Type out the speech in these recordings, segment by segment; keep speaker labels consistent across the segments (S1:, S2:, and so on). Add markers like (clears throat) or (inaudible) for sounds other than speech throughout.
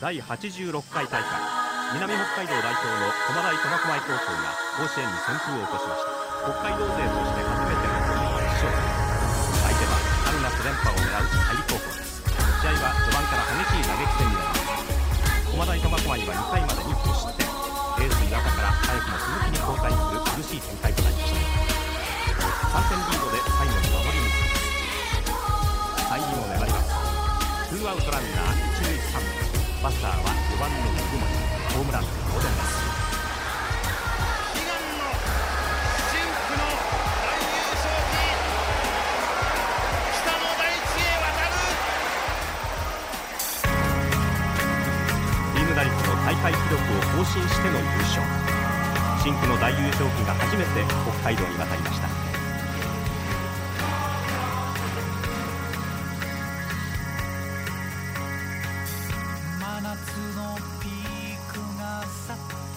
S1: 第86回大会南北海道代表の駒大苫小牧高校が甲子園に旋風を起こしました北海道勢として初めての決勝相手は春夏連覇を狙う大高校です試合は序盤から激しい打撃戦になります駒大苫小牧は2回までに5失点エース岩田から早くも鈴木に交代する苦しい展開となりました3点リードで最後に守り抜きます最後も粘りますツーアウトランナー一塁三塁バッターは4番の福森ホームラン同点です
S2: 悲願の深紅の大優勝旗北の大地へ渡る
S1: チーム打率の大会記録を更新しての優勝深紅の大優勝旗が初めて北海道に渡りました
S3: 真夏のピークが去った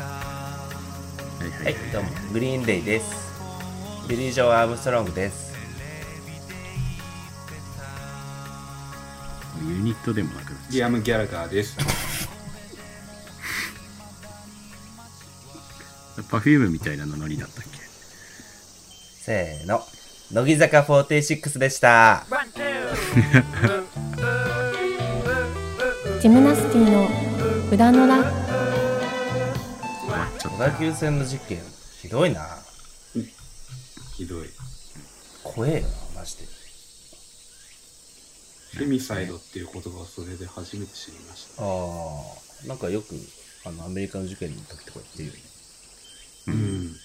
S4: はい、どうも、グリーンデイです。ビリー・ジョー・アームストロングです。
S5: ユニットでもなく
S6: リアム・ギャラガーです。
S5: パフュームみたいな名乗りだったっけ
S4: せーの、乃木坂46でした。
S7: ジムナスティの裏のラ
S5: 終わっちゃっ
S4: 小
S5: た
S4: 田急線の事件、ひどいな。
S6: ひどい。
S4: 怖えよな、マジで。
S6: フェミサイドっていう言葉をそれで初めて知りまし
S4: あー、なんかよく、あの、アメリカの事件の時とか言ってるよね。
S6: た。うん。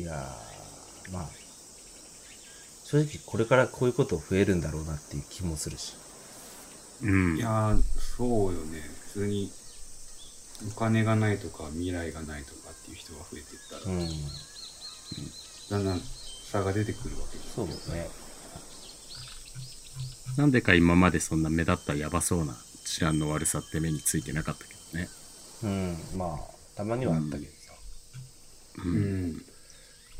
S4: いやー、まあ、正直これからこういうこと増えるんだろうなっていう気もするし。
S5: うん
S6: いやー、そうよね。普通に、お金がないとか、未来がないとかっていう人が増えていったら
S4: う、ん、
S6: だんだん差が出てくるわけです
S4: そうだね。
S5: なんでか今までそんな目立ったやばそうな治安の悪さって目についてなかったけどね
S4: うん、まあ、たまにはあったけどさ。
S6: うん。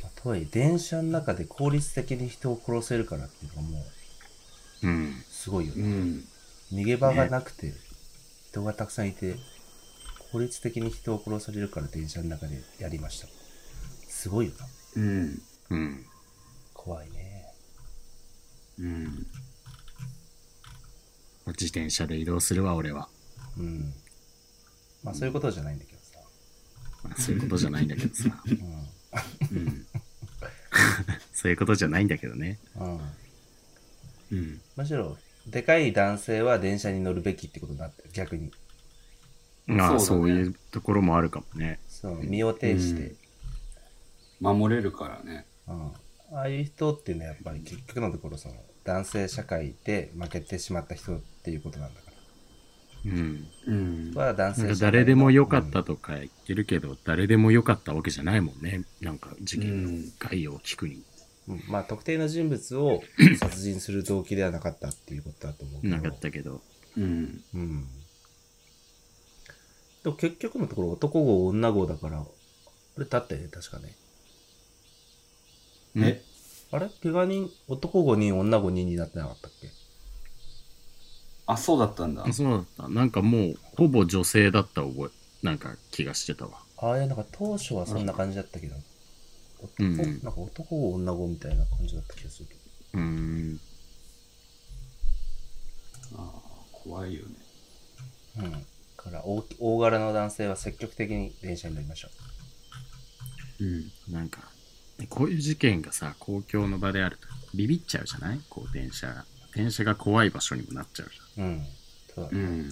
S4: まあとはいえ、電車の中で効率的に人を殺せるからっていうのがもう、
S5: うん
S4: すごいよ
S6: う
S4: ね。
S6: ん。
S4: 逃げ場がなくて、人がたくさんいて、効率的に人を殺されるから電車の中でやりました。すごいよな。
S6: うん。
S5: うん
S4: 怖いね。
S6: うん。
S5: 自転車で移動するわ俺は、
S4: うん。まあそういうことじゃないんだけどさ。
S5: まあ、そういうことじゃないんだけどさ
S6: (laughs)
S4: う
S6: うん。
S5: そういうことじゃないんだけどね
S4: ん。うん。
S6: うん。
S4: むしろ、でかい男性は電車に乗るべきってことになってる、逆に。
S5: まあ
S6: そ
S5: そう
S6: だね
S5: ういうところもあるかもね
S4: そう、身を挺して。
S6: 守れるからね。
S4: うん。ああいう人っていうのはやっぱり結局のところその、男性社会で負けてしまった人っていうことなんだから。
S5: うん
S6: うん。
S4: は男性
S5: なん
S4: 社
S5: か
S4: 会
S5: 誰でも良かっ
S4: うん
S5: たとか言ってるけど、誰でも良かったわけじゃないもんねなんか事件の概要を聞くに、
S4: うんまあ特定の人物を殺人する動機ではなかったっていうことだと思うけど。
S5: なかったけど
S6: うん。
S4: うん。でも結局のところ男号女号だから、あれだったよね、確かね。
S6: え、
S4: あれ怪我人、男5人、女5人になってなかったっけ
S6: あ、そうだったんだ
S5: あ。そうだったなんかもうほぼ女性だった覚えなんか気がしてたわ
S4: ああ、いや、なんか当初はそんな感じだったけど、男、
S5: うん
S4: なんか男号女号みたいな感じだった気がするけど。
S5: うーん
S6: あー怖いよね。
S4: うん。だから大き大柄の男性は積極的に電車に乗りましょ
S6: うん。
S5: なんかこういう事件がさ公共の場であるとビビっちゃうじゃないこう電車が電車が怖い場所にもなっちゃうじゃん
S4: う。うん。そうだ
S6: う
S4: ね。
S6: ん。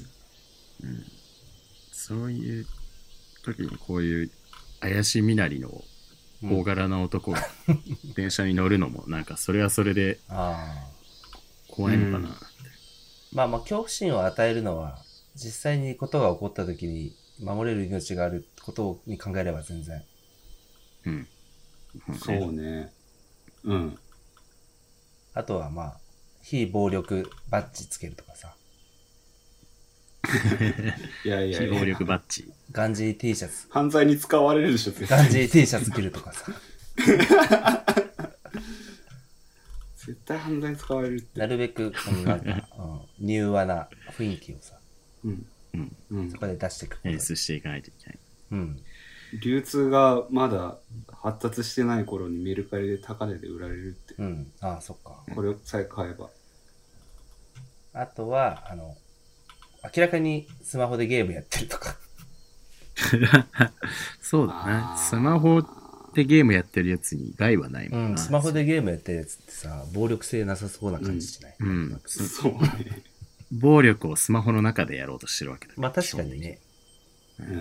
S5: そういう時にこういう怪しみなりの大柄な男が電車に乗るのもなんかそれはそれで
S4: ああ。
S5: 怖いのかな、
S6: うん
S4: まあまあ恐怖心を与えるのは実際にことが起こった時に守れる命があることに考えれば全然
S5: うん。
S6: そうね。うん。
S4: あとはまあ非暴力バッジつけるとかさ
S6: いやいや
S5: 非
S6: いや
S5: 暴。力バッジ。
S4: ガンジー T シャツ
S6: 犯罪に使われるでしょ、絶
S4: ガン
S6: 対。
S4: ジー T シャツ着るとか (laughs) さ
S6: 絶対犯罪に使われるって。
S4: なるべくこのなんか、うん、柔和な雰囲気をさ
S6: うん。
S5: うん、
S6: うん
S4: そこで出していくこと
S5: 演出していかないといけない。
S4: うん。
S6: 流通がまだ発達してない頃にメルカリで高値で売られるって、
S4: うん。ああ、そっか。
S6: これさえ買えば。
S4: あとは、あの、明らかにスマホでゲームやってるとか。
S5: そうだ
S6: あー
S5: な。スマホでゲームやってるやつに害はないも
S4: うん
S5: な。
S4: ん。スマホでゲームやってるやつってさ、暴力性なさそうな感じしない、
S5: うん。
S6: そうね。
S5: 暴力をスマホの中でやろうとしてるわけだ
S4: まあ確かに。ね。
S6: う、
S4: うん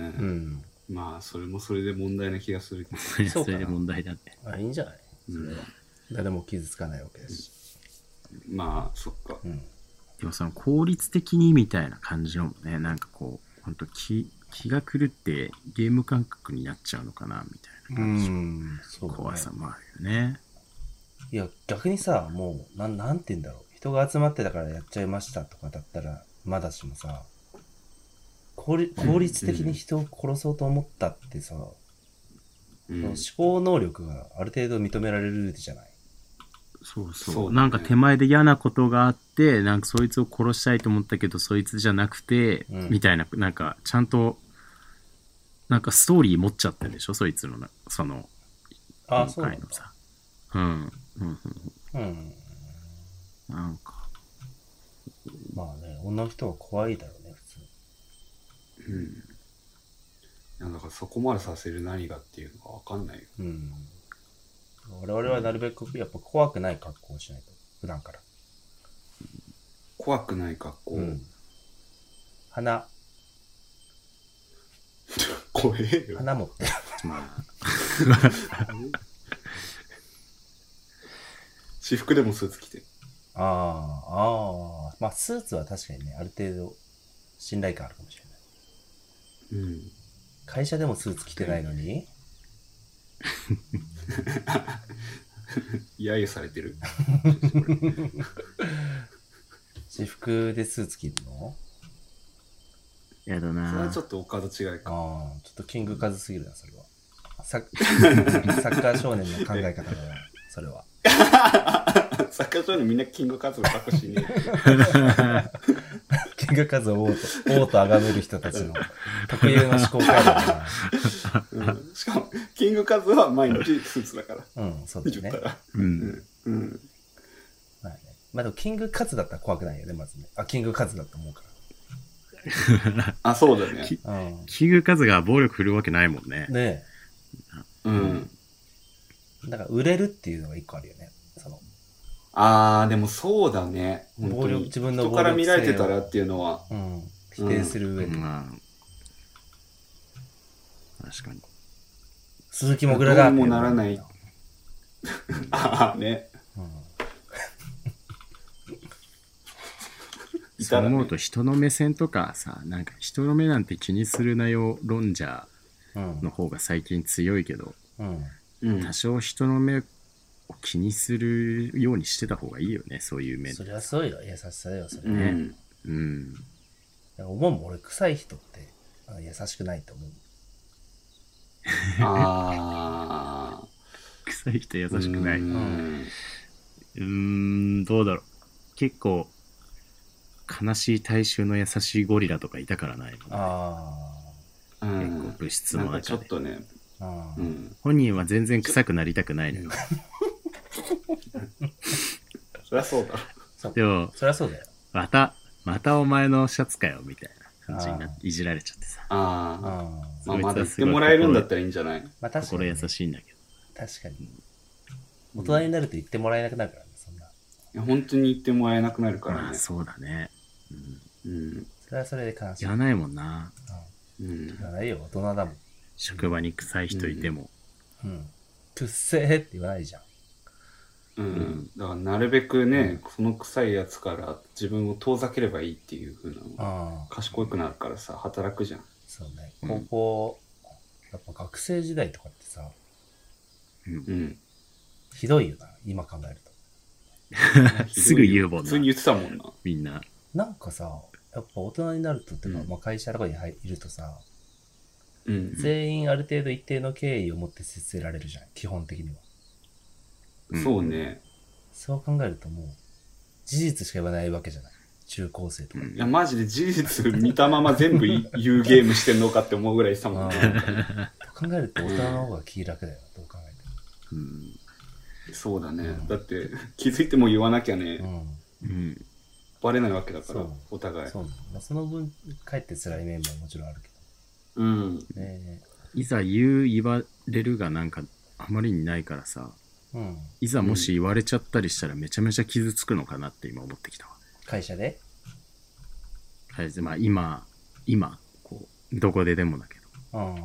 S4: ん。
S6: まあ、それもそれで問題な気がするけど。
S5: 基本的に
S4: そう
S5: (laughs) そ
S4: かな
S5: れで問題だね。
S4: あ、いいんじゃないそれは。誰も傷つかないわけだし。
S6: まあ、そっか。
S4: うん。
S5: でもその効率的にみたいな感じのもね、なんかこう、本当気、気が狂ってゲーム感覚になっちゃうのかな、みたいな感じの
S4: ん。そうだね
S5: 怖さもあるよね。
S4: いや、逆にさ、もう、なん、なんて言うんだろう。人が集まってたからやっちゃいましたとかだったら、まだしもさ、効率効率的に人を殺そうと思ったってさ、
S6: う
S4: その
S6: ん
S4: 思、考能力がある程度認められるじゃない。
S5: そうそう
S6: そうだね
S5: なんか手前で嫌なことがあってなんかそいつを殺したいと思ったけどそいつじゃなくて、
S4: うん
S5: みたいななんかちゃんとなんかストーリー持っちゃってるでしょそいつのなその
S4: ああ、そうなん
S5: 回
S4: だ
S5: の。さうんうんうん
S4: うん。
S5: なんか
S4: まあね、女の人は怖いだろうね、普通。
S6: うん。なんだかそこまでさせる何がっていうのがわかんないよ。
S4: うん。我々はなるべく、やっぱ怖くない格好をしないと、普段から。
S6: 怖くない格好。
S4: うん。花、
S6: (laughs) 怖えよ。
S4: 花持って。
S5: ま
S6: 私服でもスーツ着て。
S4: ああ、ああ。まあ、スーツは確かにね、ある程度、信頼感あるかもしれない。
S6: うん。
S4: 会社でもスーツ着てないのに、
S6: 揶揄され
S4: (laughs)
S6: てる。
S4: 私服でスーツ着るの
S5: あやだ
S6: それは
S5: な
S6: ちょっとおかず違いか。
S4: ああ、ちょっとキングカズすぎるな、それは。サッ (laughs) サッカー少年の考え方だな、それは。
S6: サッカー場にみんなキングカズの格好
S4: (laughs)
S6: しね
S4: キングカズを王と、王と崇める人たち
S6: (laughs)
S4: の特有の思考回路だ
S6: え、うん。しかも、キングカズは毎日スーツだから。
S4: な。うん、そうだよ
S6: 言
S4: ね
S6: った。ら。
S5: うん
S6: うん。
S4: まあねまあでも、キングカズだったら怖くないよね、まずね。あ、キングカズだと思うか
S6: あ、そうだね。
S4: ら。うん。
S5: キングカズが暴力振るわけないもんね
S4: ね
S6: うん。
S4: え。だから、売れるっていうのが一個あるよね。その、
S6: あー、でもそうだね。本
S4: 暴
S6: 当
S4: 力
S6: に
S4: 自分の
S6: 人
S4: 暴力性を
S6: から見られてたらっていうのは。
S4: うん。否定する上で。
S5: まあ確かに
S4: 鈴木もぐらが。
S6: どうにもならない (laughs) あーね。
S4: うん
S6: い
S5: そ
S6: た
S5: う
S6: ら
S5: 思
S6: ね、
S5: うと人の目線とかさなんか人の目なんて気にするなよ論者
S4: うん。
S5: の方が最近強いけど
S4: うん。
S6: うん
S5: 多少人の目を気にするようにしてた方がいいよねそういう目
S4: そりゃそうよ。優しさだよ、それ。
S6: う
S5: ね
S6: ん。
S5: うん
S4: 思うもん、俺、臭い人って、あ優しくないと思う。
S6: あ
S5: 臭い人優し
S6: ー。
S5: くないううんーんどうだろう結構悲しい大衆の優しいゴリラとかいたからない
S4: あ
S6: う
S5: 結構
S6: ん。
S5: 物質
S6: な
S5: の
S6: んかちょ
S5: 中
S6: っ
S5: で
S6: とね、
S4: あ。ああ
S6: う。ん。
S5: 本人は全然臭くなりたくないのよ
S6: そりゃそうだ。
S5: でも
S4: そりゃそうだよ。
S5: またまたお前のシャツかよみたいな感じにな
S4: あ
S5: っていじられちゃってさ
S6: あー。
S4: ああ。
S6: まあ、まだ
S5: そいつは
S6: 言っ
S5: す
S6: て
S5: ごい
S6: もらえるんだったらいいんじゃない
S4: まあ確か
S5: 心
S4: に
S5: 優
S4: ね。
S5: しいんだけど
S4: 確かに。大人になると言ってもらえなくなるからね、そんな。
S6: いや本当に言ってもらえなくなるから
S5: まあ
S6: ね。
S5: そうだね、うん、
S6: うん。
S4: それはそれで悲しい。
S5: 言わないもんな
S6: うん。
S4: 言わないよ、大人だもん。
S5: 職場に臭い人いても、
S4: うん。くっせーって言わないじゃん。
S6: うん。だから、なるべくね、その臭いやつから自分を遠ざければいいっていうふうなのが
S4: ああ。
S6: 賢くなるからさ、働くじゃん。
S4: そうね。高校、やっぱ学生時代とかってさ、
S6: うん。
S4: ひどいよな、今考えると。
S5: すぐ言うもん
S6: 普
S5: な
S6: 通に言ってたもんな。
S5: みんな
S4: なんかさ、やっぱ大人になるとっていうか、
S5: うん
S4: まあ会社とかに入いるとさ、
S6: うん。
S4: 全員ある程度一定の敬意を持って接せられるじゃん、基本的には。
S6: そうね。
S4: そう考えるともう、事実しか言わないわけじゃない。中高生とか。
S6: いや、マジで事実見たまま全部い言うゲームしてんのかって思うぐらいしたも
S4: あ
S6: んね。
S4: ーと考えると大人の方が気楽だよな、どう考え
S5: うん。
S6: そうだね。だって、気づいても言わなきゃ
S4: て
S6: ね、
S4: も。うん。
S5: うん。
S6: バレないわけだから
S4: そう、
S6: お互い。
S4: そうなんだまあ、その分、帰って辛い面ももちろんあるけ
S6: うん。
S4: どね。
S5: いざ言う、言われるがなんか、あまりにないからさ、
S4: うん。
S5: いざもし言われちゃったりしたらめちゃめちゃ傷つくのかなって今思ってきたわ。
S4: 会社で
S5: はい。でまあ今、今、こう、どこででもだけど。
S4: うん。
S6: あ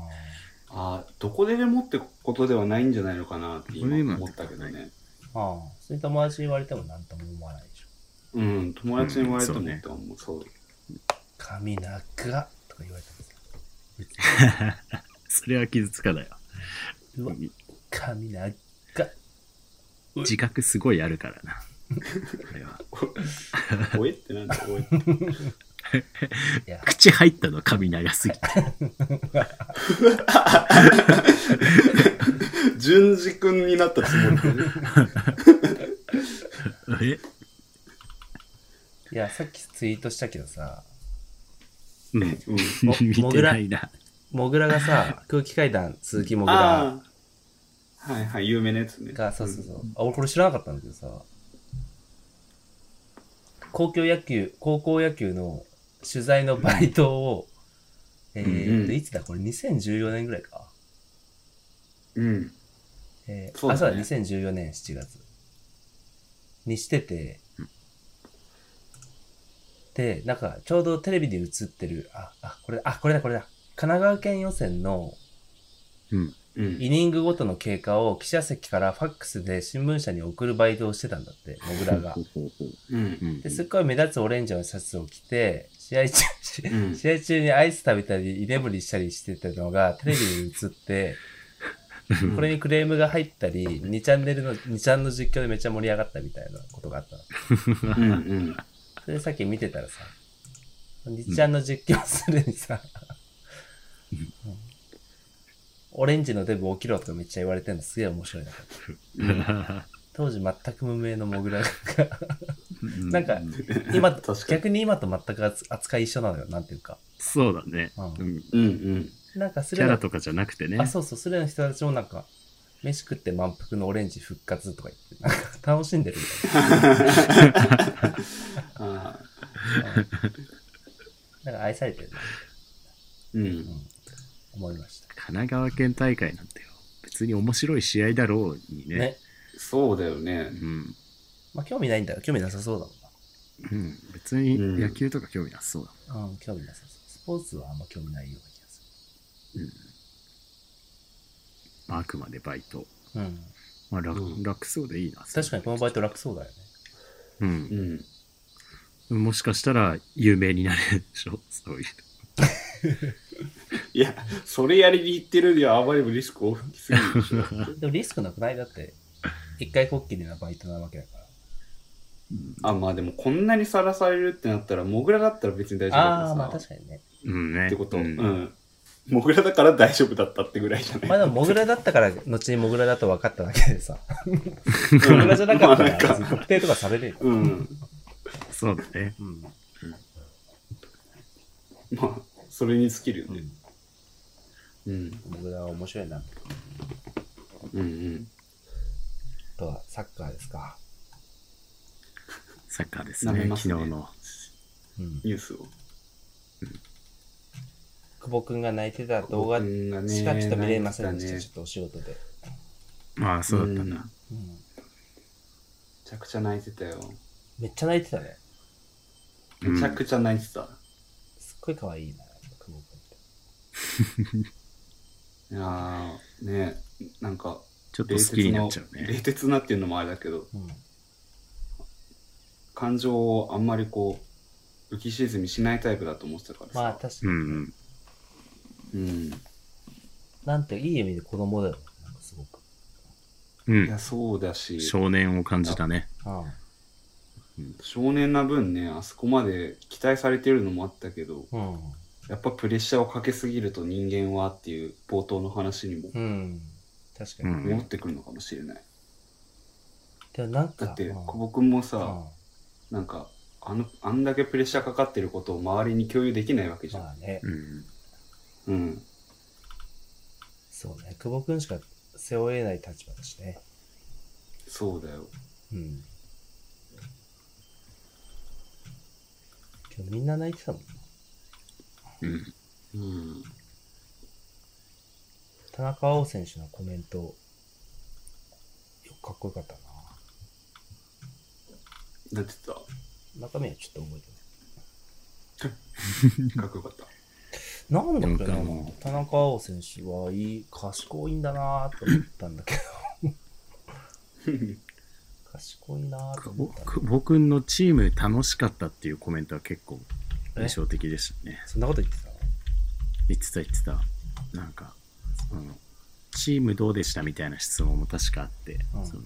S6: あ、どこででもってことではないんじゃないのかなって今思ったけど
S5: どこででもな
S6: ね。
S4: ああ、それに友達に言われても何とも思わないでしょ。
S6: うん、友達に言われても
S5: うんそうね
S6: って思う。そう。
S4: 髪長っとか言われたんですよ。
S5: それは傷つかないわ。
S4: うわ、髪長っ
S5: 自覚すごいあるからな。これは。
S6: おえってなんだ、おえって。
S4: いや、
S5: 口入ったの髪長すぎて。
S6: 順次君になったつもりで。
S5: え
S4: いや、さっきツイートしたけどさ、
S5: うん。
S6: うん。
S4: も
S5: 見
S4: も
S5: て
S4: ぐら
S5: ないな。
S4: モグラが (laughs) さ、空気階段、鈴木もぐら
S6: ああ。はいはい、有名なやつね。
S4: が、そうそうそう。あ、俺これ知らなかったんだけどさ、高校野球、高校野球の取材のバイトを、えーっ
S6: うん
S4: と、いつだこれ2014年ぐらいか。
S6: うん。
S4: えー
S6: そう
S4: あ、
S6: だね
S4: そうだ、2014年7月。にしてて、で、なんか、ちょうどテレビで映ってる、あ、あ、これ、あ、これだ、これだ。神奈川県予選の
S5: うん。
S6: うん。
S4: イニングごとの経過を記者席からファックスで新聞社に送るバイトをしてたんだって、モグラが
S5: ほう。ほうほう
S6: うん
S5: う。ん
S4: で、すっごい目立つオレンジのシャツを着て、試合中、
S6: う
S4: (laughs)
S6: ん
S4: 試合中にアイス食べたり、居眠りしたりしてたのがテレビに映って、これにクレームが入ったり、2チャンネルの、2ちゃんの実況でめっちゃ盛り上がったみたいなことがあったの。
S6: うんうん。
S4: それでさっき見てたらさ、2ちゃんの実況するにさ、うんオレンジのデブ起きろとかめっちゃ言われてるのすげえ面白いな。当時全く無名のモグラ
S6: (laughs)
S4: が、なんか、今と、
S6: 確かに
S4: 逆に今と全く扱扱い一緒なのよ、なんていうか。
S5: そうだね、
S4: うん
S5: うん
S6: うん (laughs) うん。
S4: なんかス
S5: キ
S4: レ
S5: ャラ
S4: の、
S5: とかじゃなくてね
S4: あ、。そうそう、スレの人たちもなんか、飯食って満腹のオレンジ復活とか言って、なんか楽しんでるみたいな。
S6: ああ。
S5: (laughs)
S4: なんか愛されてるな
S6: うん。
S4: 思いました。
S5: 神奈川県大会なんてよ。別に面白い試合だろうにね。
S4: ね。
S6: そうだよね
S5: う。ん。
S4: まあ、興味ないんだよ。興味なさそうだも
S5: うん。別に野球とか興味なさそうだもん。
S4: んな。うん、興味なさそう。スポーツはあんま興味ないような気がす
S5: まあ、あくまでバイト。
S4: る。うん。
S5: まあ楽、
S6: うん
S5: 楽そうでいいな。
S4: 確かにこのバイト楽そうだよね。
S5: う。
S6: うんん。
S5: もしかしたら有名になれるでしょ (laughs) そういう。
S6: いや、それやりに行ってるにはあまりにもリスク大きすぎるでしょ。
S4: でもリスクなくないだって、一回こっきりなバイトなわけだから。
S6: あ、まあでもこんなにさらされるってなったら、モグラだったら別に大丈夫だけど
S4: ああ
S6: さ
S4: ー、まあ確かにね。
S5: うんね。
S6: ってこと。
S5: う
S6: うんん。モグラだから大丈夫だったってぐらいじゃない
S4: まあでも、モグラだったから、後にモグラだと分かっただけで
S5: (laughs)
S4: さ。モグラじゃなかったら、別に特定とかされるよ。
S6: うん。
S5: そうだね。
S4: うん。
S6: まあ、それに尽きるよね。うん。
S4: モグラは面白いな。
S6: うんうん。
S4: あとは、サッカーですか。
S5: サッカーです
S6: 舐め
S5: ね。
S6: ま
S5: 昨
S6: す
S5: 日
S6: ね
S5: の。
S4: うん。
S6: ニュースを。
S4: 久保くんが泣いてた動画しかちょっと見れませんでした、ちょっとお仕事で。
S5: まあ、そうだった
S6: うん
S5: んだ。
S4: うん。
S6: めちゃくちゃ泣いてたよ。
S4: めっちゃ泣いてたね。
S6: めちゃくちゃ泣いてた。
S4: すっごい可愛いな、久保くんって。
S6: いやー、ねなんか、
S5: ちょっと好きになっちゃう
S6: 冷
S5: ね。
S6: 徹なっていうのもあれだけど、
S4: うん。
S6: 感情をあんまりこう、浮き沈みしないタイプだと思ってたからさ。
S4: まあ、確か
S5: う
S4: に。
S5: ん
S6: うん。い
S4: なんて、いい意味で子供だよね。なんかすごく。
S5: うん。う
S6: や、
S5: ん。
S6: そうだし、
S5: 少年を感じたね。
S4: うん。
S6: 少年な分ね、あそこまで期待されてるのもあったけど、
S4: うん。
S6: やっぱプレッシャーをかけすぎると人間はっていう冒頭の話にも
S4: うん。確かに。
S5: うん
S6: 戻ってくるのかもしれない。
S4: でもなんか、
S6: だって、
S4: うん
S6: 久保君も
S4: う
S6: さ
S4: ん、
S6: なんか、あの、あんだけプレッシャーかかってることを周りに共有できないわけじゃん。
S4: まあね、
S5: うん。
S6: うん。
S4: そうね、久保くんしか背負えない立場だしね。
S6: そうだよ。
S4: うん。今日みんな泣いてたもん。
S5: うん。
S6: うん。
S4: 田中碧選手のコメント、よくかっこよかったな。
S6: なんて言っ
S4: 中身はちょっと覚えて
S6: てたかっこよかった。
S4: ない。なんだっけな
S5: なんかも
S4: 田中碧選手はいい、賢いんだなと思ったんだけど。賢いなと思った。
S5: 僕のチーム楽しかったっていうコメントは結構印象的でしたね。
S4: そんなこと言ってたの
S5: 言ってた言ってた。なんか、その、チームどうでしたみたいな質問も確かあって、
S4: うん
S5: その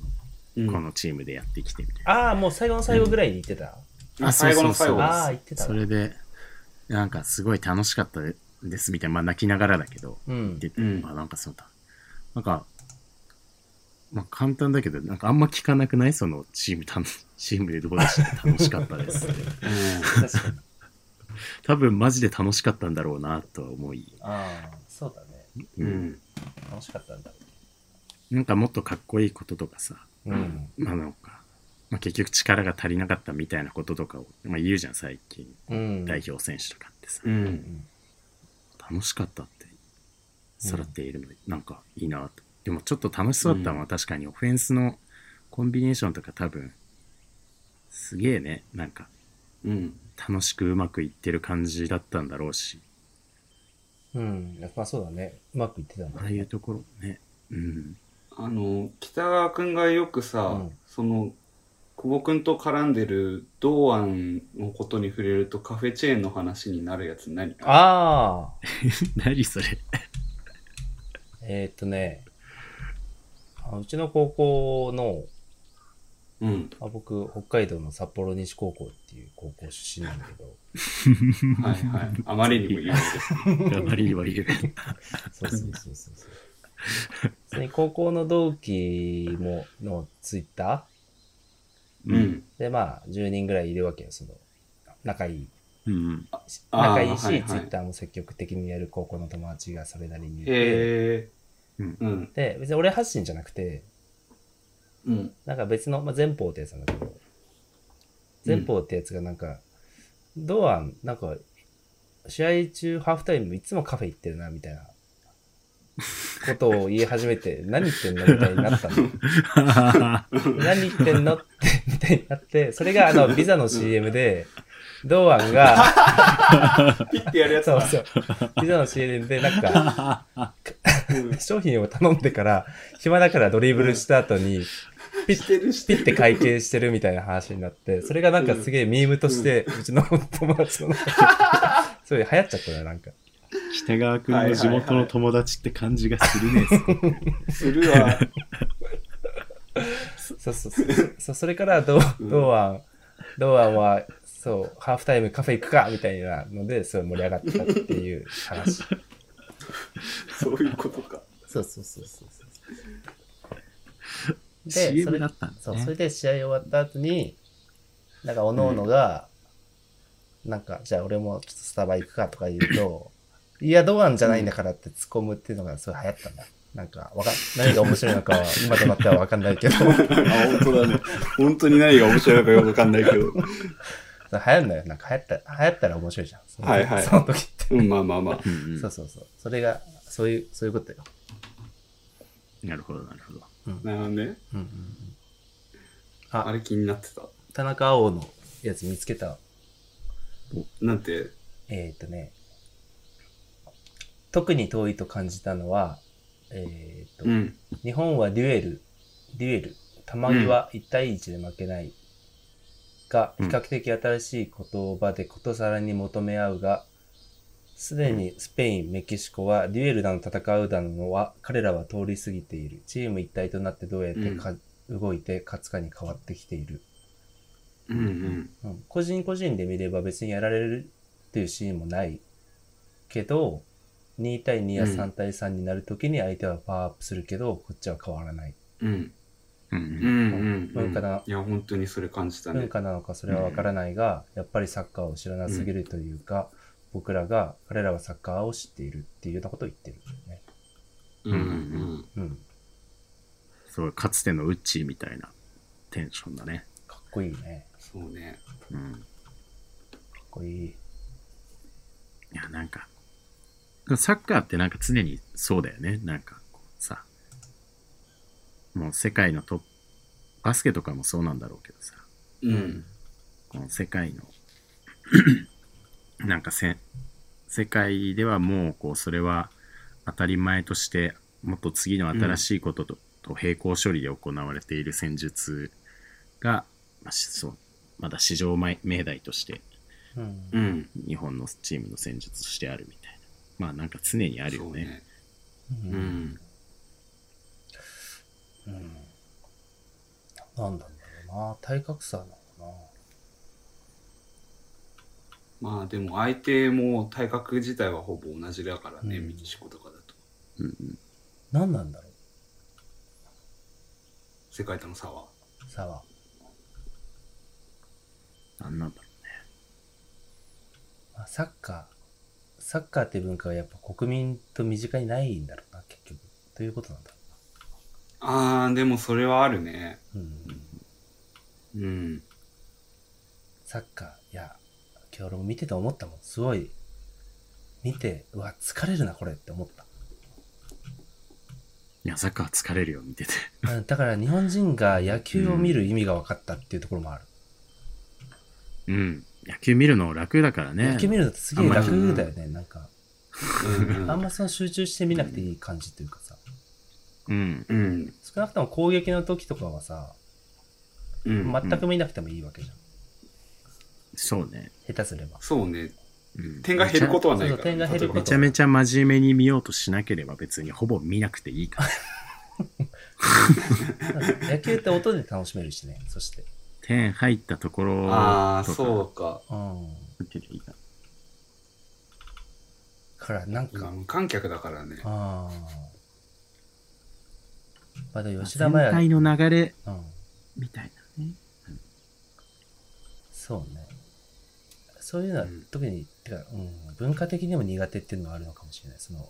S6: うん
S5: このチームでやってきてみたい
S4: ああ、もう最後の最後ぐらいに言ってた。
S5: な。
S6: あ最後の
S5: そうそ
S6: 最
S5: うそう
S6: 後
S4: ああ、言ってたわ
S5: それで、なんかすごい楽しかったですみたいな、まあ泣きながらだけど、
S4: うん。
S5: で、
S6: うん
S5: まあなんかそうだ。なんか、まあ簡単だけど、なんかあんま聞かなくないその (laughs) チーム楽、チームでどうでした楽しかったですって。
S6: う。
S4: 確かに。
S5: 多分マジで楽しかったんだろうなとは思い、
S4: ああ、そうだね。
S5: うん
S6: うんん。
S4: 楽しかったんだ。
S5: なんかもっとかっこいいこととかさ、
S4: うん。
S5: まあなんか、まあ、結局力が足りなかったみたいなこととかを、まあ、言うじゃん最近
S4: うん。
S5: 代表選手とかってさ、
S6: うん。
S5: 楽しかったってさらっているのになんかいいなとでもちょっと楽しそうだったのは確かにオフェンスのコンビネーションとか多分すげえねなんか
S6: うん。
S5: 楽しくうまくいってる感じだったんだろうし
S4: うん。まあそうだね。うまくいってたんだ
S5: あ (laughs) あいうところねうん
S6: あの、北川くんがよくさ、
S4: うん
S6: その、久保くんと絡んでる堂安のことに触れるとカフェチェーンの話になるやつ何
S4: ああ、
S5: 何それ
S4: えーっとね、あうちの高校の、
S6: うん。
S4: あ僕、北海道の札幌西高校っていう高校出身なんだけ
S6: (laughs)
S4: ど、
S6: はいはい。あまりにも有名です。
S5: (laughs) あまりにも言う
S4: そうそうそうそうそう。それに高校の同期も、のツイッタ
S6: う
S5: う
S6: んん。
S4: ーで、まあ、10人ぐらいいるわけよ、その、仲いい。
S5: うん
S6: あー
S4: 仲いいし、
S6: はいはい
S4: ツイッターも積極的にやる高校の友達がそれなりにいて、
S6: へえ。
S5: うん
S6: うん。
S4: で、別に俺発信じゃなくて、
S6: うん。
S4: なんか別の、まあ、前方ってやつなんだけど、前方ってやつがなんか、堂安、なんか、試合中ハーフタイムいつもカフェ行ってるな、みたいな、ことを言い始めて、何言ってんのみたいになったの。何言ってんのって、みたいになって、それがあの、ビザの CM で、堂安が、
S6: ピッてやるやつ
S4: そう
S6: だ。
S4: そう、ビザの CM でなんか、
S6: うん
S4: 商品を頼んでから、暇だからドリブルした後に、ピッ
S6: してるし
S4: ピ
S6: て
S4: ッて
S6: る。
S4: 会計してるみたいな話になって、それがなんかすげえミームとして、うちの友達の中で、
S6: (laughs)
S4: それ流行っちゃったな、なんか。
S5: 北川君の地元の友達って感じがするね、
S6: するわ。
S4: そうそうそう。そそれから、どう、どうあん、どうあんは、そう、ハーフタイムカフェ行くかみたいなので、すごい盛り上がったっていう
S6: (laughs)
S4: 話。
S6: (laughs) そういうことか。
S4: そうそうそうそう
S5: (laughs)
S4: そう。で、そ
S5: CM
S4: れ
S5: だったん
S4: そ
S5: だ
S4: う、それ
S5: ね。
S4: で試合終わった後に、なんか、おのおのが、なんか、じゃあ俺もちょっとスタバ行くかとか言うと、いや、どうなんじゃないんだからって突っ込むっていうのがすごい流行ったんだ。なんか、わかん、何が面白いのかは、今となってはわかんないけど、流
S6: (laughs) あ、本当だね。本当に何が面白いのかよくわかんないけ (laughs) ど。
S4: 行んだよ。なんか流行った、流行ったら面白いじゃん。その
S6: はいはい
S4: その時って。
S6: うん、まあまあまあ。
S5: うんうん
S4: そうそうそう。それが、そういう、そういうことよ。
S5: なるほど、なるほど。
S6: なるほど
S4: うんう
S6: ね。
S4: んうん。
S6: あれ気になってた。
S4: 田中碧のやつ見つけた。
S6: なんて。
S4: えっ、とね、特に遠いと感じたのは、えっ、と、
S6: うん。
S4: 日本はデュエル、デュエル、玉際1対1で負けないが、比
S5: うん
S4: 較的新しい言葉でことさらに求め合うが、すでにスペイン、メキシコはデュエルだの戦うだのは彼らは通り過ぎている。チーム一体となってどうやってか、動いて勝つかに変わってきている。
S6: うん
S4: う
S6: うん。
S4: ん、個人個人で見れば別にやられるっていうシーンもないけど、2対2や
S6: うん
S4: 3対3になるときに相手はパワーアップするけど、こっちは変わらない。
S6: うん。
S5: う。
S6: うんんうんうん
S4: 文化ない
S6: や本当にそれ感じたね
S4: 文化なのかそれは分からないが、やっぱりサッカーを知らなすぎるというか、僕らが彼らはサッカーを知っているっていうようなことを言ってるんだよね。
S6: うんうん
S4: うん、
S5: すごい、かつてのウッチーみたいなテンションだね。
S4: かっこいいね。
S6: そうね
S5: うん。
S4: かっこいい。
S5: いや、なんか、サッカーってなんか常にそうだよね。なんかこうさ、もう世界のトップ、バスケとかもそうなんだろうけどさ、
S6: うん
S5: この世界の、 (clears throat) なんかせ、世界ではもうこう、それは当たり前として、もっと次の新しいことと,、と並行処理で行われている戦術が、まあ、しそうまだ史上前命題として
S4: うん
S6: うん
S5: 日本のチームの戦術としてあるみたいな。まあなんか常にあるよね。
S6: そうねうん
S4: なんだろうな。体格差なのかな。
S6: まあでも相手も体格自体はほぼ同じだからね、
S4: うん
S6: メキシコとかだと
S4: 何なんだろう
S6: 世界との差は
S4: 差は。
S5: なんなんだろ
S4: まあサッカー。サッカーって文化はやっぱ国民と身近にないんだろうな、結局。ということなんだろ
S6: あーでもそれはあるね
S4: う。うん、
S6: うん
S4: サッカー。いや、今日俺も見てて思ったもん。すごい。見て、うわ、疲れるな、これって思った。
S5: う。いや、サッカー疲れるよ、見てて。
S4: うんだから日本人が野球を見る意味が分かったっていうところもある。
S5: うん。野球見るの楽だからね。
S4: 野球見るのってすげえ楽だよね、なんか。
S6: うん
S4: あんまその集中して見なくていい感じというかさ。
S5: うん。
S6: うん
S4: 少なくとも攻撃の時とかはさ、
S6: うん、
S4: 全く見なくてもいいわけじゃん。
S5: そうね。
S4: 下手すれば。
S6: そうね
S5: うん
S6: 点が減ることはないから、
S4: そうそう点が減ること
S5: めちゃめちゃ真面目に見ようとしなければ別にほぼ見なくていいから。
S4: 野球って音で楽しめるしね、そして。
S5: 点入ったところと
S6: ああ
S5: か
S6: そうか
S4: うん。
S5: 見てりゃいいから
S4: から、なん
S6: 今
S4: か、
S6: 無観客だからね
S4: ああ。まだ吉田麻
S5: 全
S4: 也、
S5: 体の流れ
S4: うん。
S5: みたいなね。
S4: そうね。そういうのは、特に、てか、うん、文化的にも苦手っていうのがあるのかもしれない。その、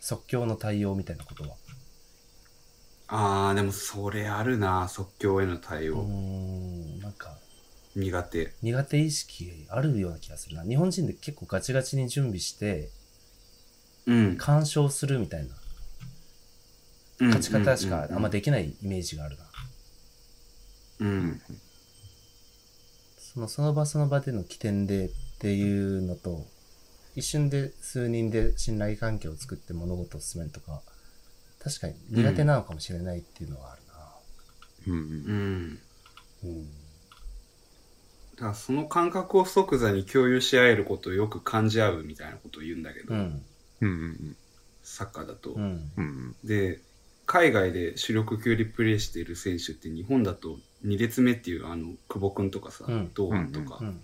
S4: 即興の対応みたいなことは。
S6: ああでもそれあるな即興への対
S4: うー
S6: 応、
S4: ん、なんか、
S6: 苦手
S4: 苦手意識あるような気がするな。日本人で結構ガチガチに準備して、
S6: うん
S4: 鑑賞するみたいな勝ち方しかあんま
S6: で
S4: できないイメージがあるな。
S6: うん
S4: そのその場その場での起点でっていうのと、一瞬で数人で信頼関係を作って物事を進めるとか、確かに苦手なのかもしれないっていうのはある
S5: うん
S6: う。ん
S4: な。うん。
S6: だからその感覚を即座に共有し合えることをよく感じ合うみたいなことを言うんだけど、
S4: うん。
S5: うんうん
S6: サッカーだと、
S4: うん。
S5: うん。うん
S6: で海外で主力級でプレーしている選手って日本だと2列目っていうあの久保君とかさ、
S4: うん
S6: 堂安とか
S4: うん。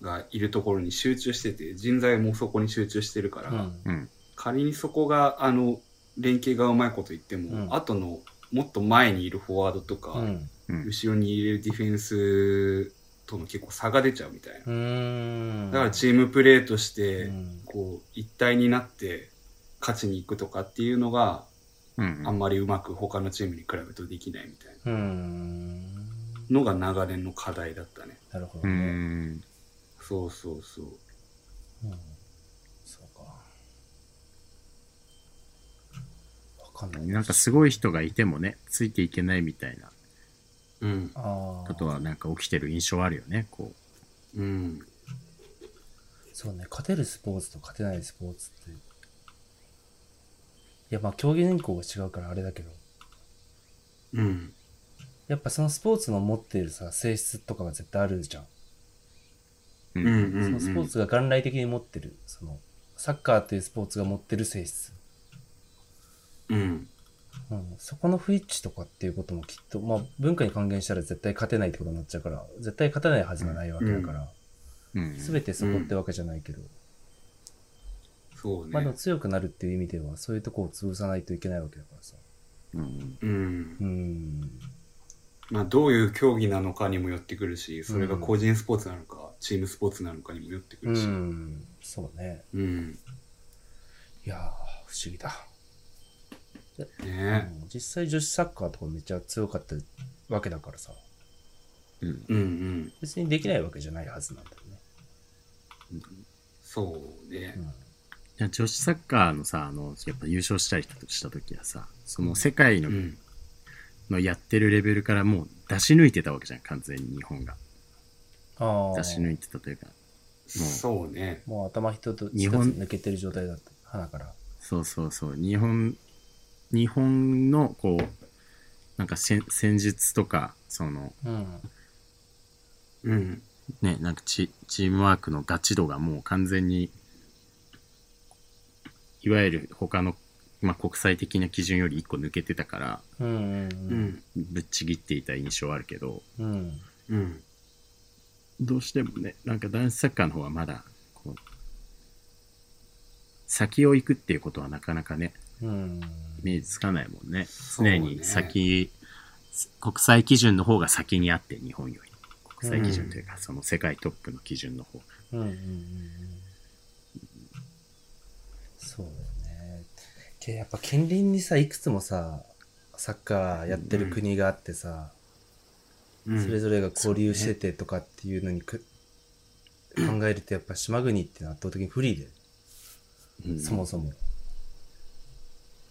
S6: がいるところに集中してて人材もそこに集中してるから、
S4: うん。
S5: うん。
S6: 仮にそこがあの連携がうまいこと言っても、
S4: うん
S6: 後のもっと前にいるフォワードとか、
S4: うん。
S5: うん。
S6: 後ろにいるディフェンスとの結構差が出ちゃうみたいな、
S4: うーん。
S6: だからチームプレーとして、
S4: うん
S6: こう一体になって勝ちに行くとかっていうのが
S5: うん
S6: あんまりうまく他のチームに比べるとできないみたいな
S4: うん。
S6: のが長年の課題だったね
S4: なるほど
S5: う
S4: ね。
S5: ん。
S6: そうそうそう
S4: うん。そうか。わかんない。
S5: なんかすごい人がいてもね、ついていけないみたいな
S6: うん
S4: ああ。
S5: ことはなんか起きてる印象あるよね、こ
S6: うん
S4: そうね、勝てるスポーツと勝てないスポーツって。いや、まあ、競技人口が違うからあれだけど、
S6: うん
S4: やっぱそのスポーツの持っているさ、性質とかが絶対あるじゃん。
S5: う。
S6: う
S5: う
S6: んうん
S4: そ
S6: うん
S4: のスポーツが元来的に持ってる、その、サッカーというスポーツが持ってる性質。
S6: うん
S4: うん、そこの不一致とかっていうこともきっと、まあ、文化に還元したら絶対勝てないってことになっちゃうから、絶対勝たないはずがないわけだから、
S5: うん
S4: すべ、てそこってわけじゃないけど、
S6: そう
S4: まあでも
S6: ね
S4: 強くなるっていう意味では、そういうとこを潰さないといけないわけだからさ。
S5: うん
S6: うん
S4: うん。
S6: まあ、どういう競技なのかにもよってくるし、それが個人スポーツなのか、チームスポーツなのかにもよってく
S4: う
S6: るし。うん。
S4: ん、そうね。いやー、不思議だ。
S6: ね
S4: うん実際女子サッカーとかめっちゃ強かったわけだからさ、
S5: うん。
S6: え。うんうん。
S4: 別にできないわけじゃないはずなんだよね。
S6: そうね
S4: う。ん
S5: いや女子サッカーのさ、あの、やっぱ優勝したりした時はさ、その世界の,、
S6: うん。
S5: のやってるレベルからもう出し抜いてたわけじゃん、完全に日本が。
S4: あ
S5: 出し抜
S4: あ、
S5: いてたというか、
S6: そうね。
S4: もう頭一つ
S5: 日
S4: 一つ
S5: 本
S4: 抜けてる状態だった、鼻から。
S5: そうそうそう、日本、日本のこう、なんか戦戦術とか、その、
S4: うん。
S6: うん。
S5: ね、なんかチチームワークのガチ度がもう完全に、いわゆる他の、まあ、国際的な基準より1個抜けてたから、
S4: うんうん
S6: う
S4: うん。
S6: ん。
S5: ぶっちぎっていた印象はあるけど、
S4: うん。
S6: うん。
S5: どうしてもね、なんか男子サッカーの方はまだ、こう、先を行くっていうことはなかなかね、
S4: うん。
S5: イメージつかないもんね。
S6: そうね
S5: 常に先、国際基準の方が先にあって、日本より。国際基準というか、その世界トップの基準の方。
S4: うんうんうんうんそうだよね。けどやっぱ近隣にさ、いくつもさ、サッカーやってる国があってさ、
S6: うん
S4: それぞれが交流しててとかっていうのにく、考えるとやっぱ島国っていうのは圧倒的に不利で、
S5: うん
S4: そもそも。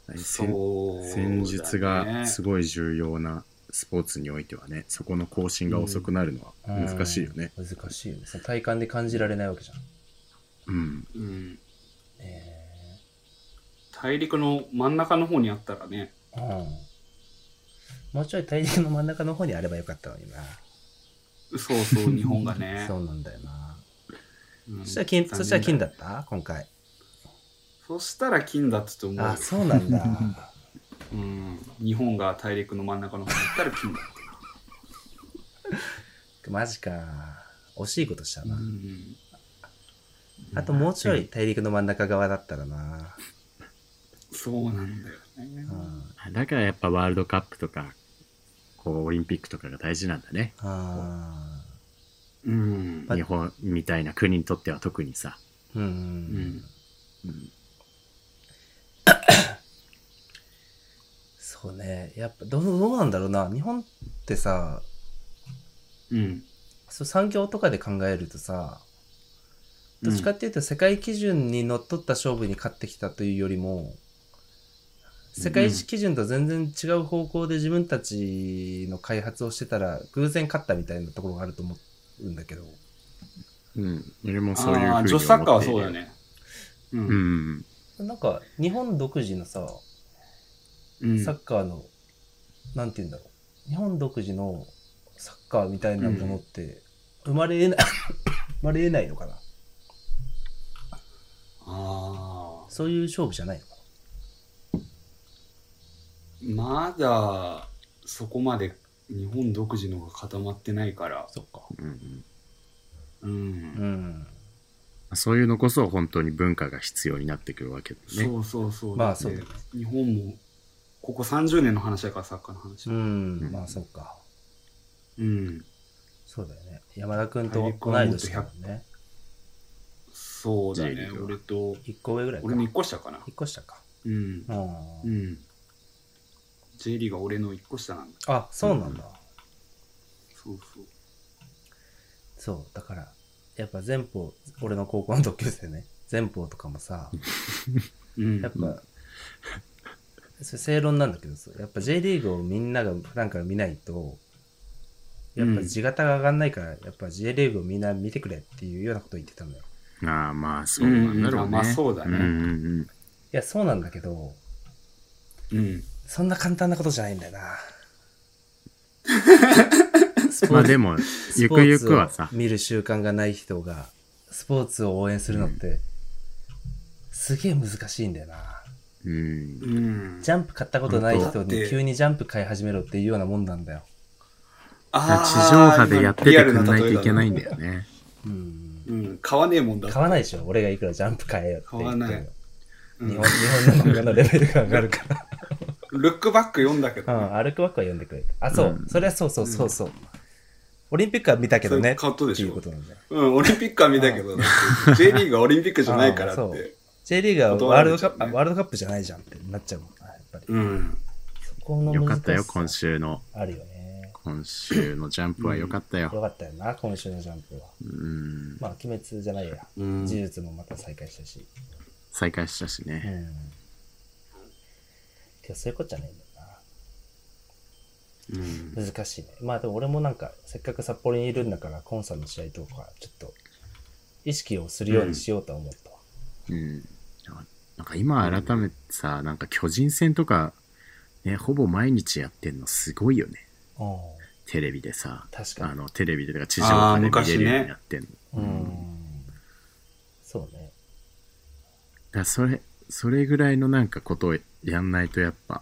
S5: 戦
S6: そう、ね。
S5: 戦術がすごい重要なスポーツにおいてはね、そこの更新が遅くなるのは難しいよね。
S4: うん。難しいよね。その体感で感じられないわけじゃん。
S5: うん。
S6: うん。
S4: え
S6: 大陸の真ん中の方にあったらね。
S4: えうん。もうちょい大陸の真ん中の方にあればよかったのにな。
S6: そうそう、日本がね。
S4: (laughs) そうなんだよな。
S6: うん
S4: そしたら金、そしたら金。だった今回。
S6: そしたら金だったと思うよ。
S4: あ、そうなんだ。
S6: うん。日本が大陸の真ん中の方に行ったら金だっ
S4: (laughs)
S6: た。
S4: マジか。惜しいことしたな
S6: う。ん。
S4: あともうちょい大陸の真ん中側だったらな。
S6: そうなんだよね
S4: う。ん。
S5: だからやっぱワールドカップとか、こうオリンピックとかが大事なんだね。
S4: あ
S6: うん。
S4: ま
S5: 日本みたいな国にとっては特にさ。
S4: ーう。
S6: うんん。
S4: そうね。やっぱ、どう、どうなんだろうな。日本ってさ、
S6: うん。
S4: そう産業とかで考えるとさ、どっちかっていうと世界基準にのっとった勝負に勝ってきたというよりも、世界一基準と全然違う方向で自分たちの開発をしてたら、偶然勝ったみたいなところがあると思うんだけど、
S5: うん。俺もそういうふうに
S6: あ
S5: 思
S6: あ
S5: っ
S6: ー、
S5: ている
S6: 女子サッカーはそうだよ。ね。う。
S5: うんん。
S4: なんか日本独自のさ、
S6: うん
S4: サッカーの、なんて言うんだろう。日本独自のサッカーみたいなものって、生まれえない、 (laughs) 生まれえないのかな。
S6: ああ。
S4: そういう勝負じゃないのかな。
S6: まだ、そこまで日本独自のが固まってないから。
S4: そっか。
S5: うんうん
S6: う。
S4: うんん。
S5: そういうのこそ本当に文化が必要になってくるわけだよね。
S6: そうそうそう。
S4: まあそうだね
S6: だって日本も、ここ30年の話だから、サッカーの話
S4: う。ん、まあそっか。
S6: うん。
S4: そうだよね。山田君
S6: 大
S4: と
S6: 陸は
S4: 同い
S6: もっと
S4: 年だもんね。
S6: そうだ
S5: J リ
S6: ね
S5: ー。グは
S6: 俺と、
S4: 1個上ぐらいか。
S6: 俺の1
S4: 1
S6: 個下かな。
S4: 個下か。
S6: うん
S4: う。。
S6: うんん。J リーが俺の1個下なんだ。
S4: あ、そうなんだ。
S6: そうそう。
S4: そう、だから、やっぱ全方、俺の高校の同級生ね。全方とかもさ、
S6: うん
S4: やっぱ、それ正論なんだけどさ、やっぱ J リーグをみんなが普段から見ないと、やっぱ地型が上がんないから、やっぱ J リーグをみんな見てくれっていうようなこと言ってたんだよ。
S5: ああ、まあそうなんだろう
S6: うん
S5: ね。
S6: まあそうだね
S5: んうんうん
S4: いや、そうなんだけど、
S6: うん。
S4: そんな簡単なことじゃないんだよな。スポ
S5: (laughs) ま
S4: ー
S5: あ
S4: ツ
S5: でも、ゆ
S4: スポ
S5: くゆ
S4: ーツ
S5: く
S4: を
S5: はさ、
S4: 見る習慣がない人が、スポーツを応援するのって、すげえ難しいんだよな。
S5: うん
S6: う、ん。
S4: ジャンプ買ったことない人
S6: 本当だっ
S4: に
S6: て
S4: 急にジャンプ買い始めろっていうようなもんなんだよ。
S6: あ
S5: 地
S6: ー
S5: 上波でやっててくんないといけないん。
S6: リアルな例えだね
S5: だよね。
S4: うん。
S6: うん。買わねえもんだ。
S4: 買わないでしょ俺がいくらジャンプ買えよって言っても
S6: 買わない
S4: 日本、日本の漫画のレベルが上がるから。
S6: ルックバック読んだけど
S4: う
S6: ね、
S4: ん、歩くばっかは読んでくれた。あ、そう、
S5: うん
S4: それはそうそうそうそう。オリンピックは見たけど
S6: そ
S4: ね。
S6: れカットでしょ
S4: っていうことなんだよ。
S6: うん、オリンピックは見たけど、だって J リーグはオリンピックじゃないから
S4: あー
S6: っ
S4: そう
S6: て。
S4: J リーガーは
S6: 断
S4: ワ
S6: ら
S4: ールド
S6: れち
S4: カ
S6: ゃ
S4: ッ
S6: うね
S4: プ、あワールドカップじゃないじゃんってなっちゃうもんなやっぱり。
S6: うん。
S4: そこの難しさ
S5: よかったよ、今週の。
S4: あるよね。
S5: 今週のジャンプはよかった
S4: (laughs) よ
S5: よ。
S4: かったよな、今週のジャンプは。
S5: うん。
S4: まあ、鬼滅じゃないや。
S6: う
S4: 呪
S6: ん、
S4: 術もまた再開したし。
S5: 再開したし
S4: うん
S5: ね。。
S4: けど、そういうことじゃないんだよな。
S6: うん
S4: 難しいね。まあでも俺もなんか、せっかく札幌にいるんだから、コンサーの試合とか、ちょっと、意識をするようにしようとは思ったわ。
S5: うん。なんか今改めてさ、なんか巨人戦とか、ね、ほぼ毎日やってんのすごいよね。
S4: うん。
S5: テレビでさ。
S4: 確か
S5: あ
S4: に。
S5: の、テレビで、だから地上波で見れるようになってんの。
S4: う
S5: だか
S4: ん。そうね。
S5: らそれ、それぐらいのなんかことをやんないとやっぱ、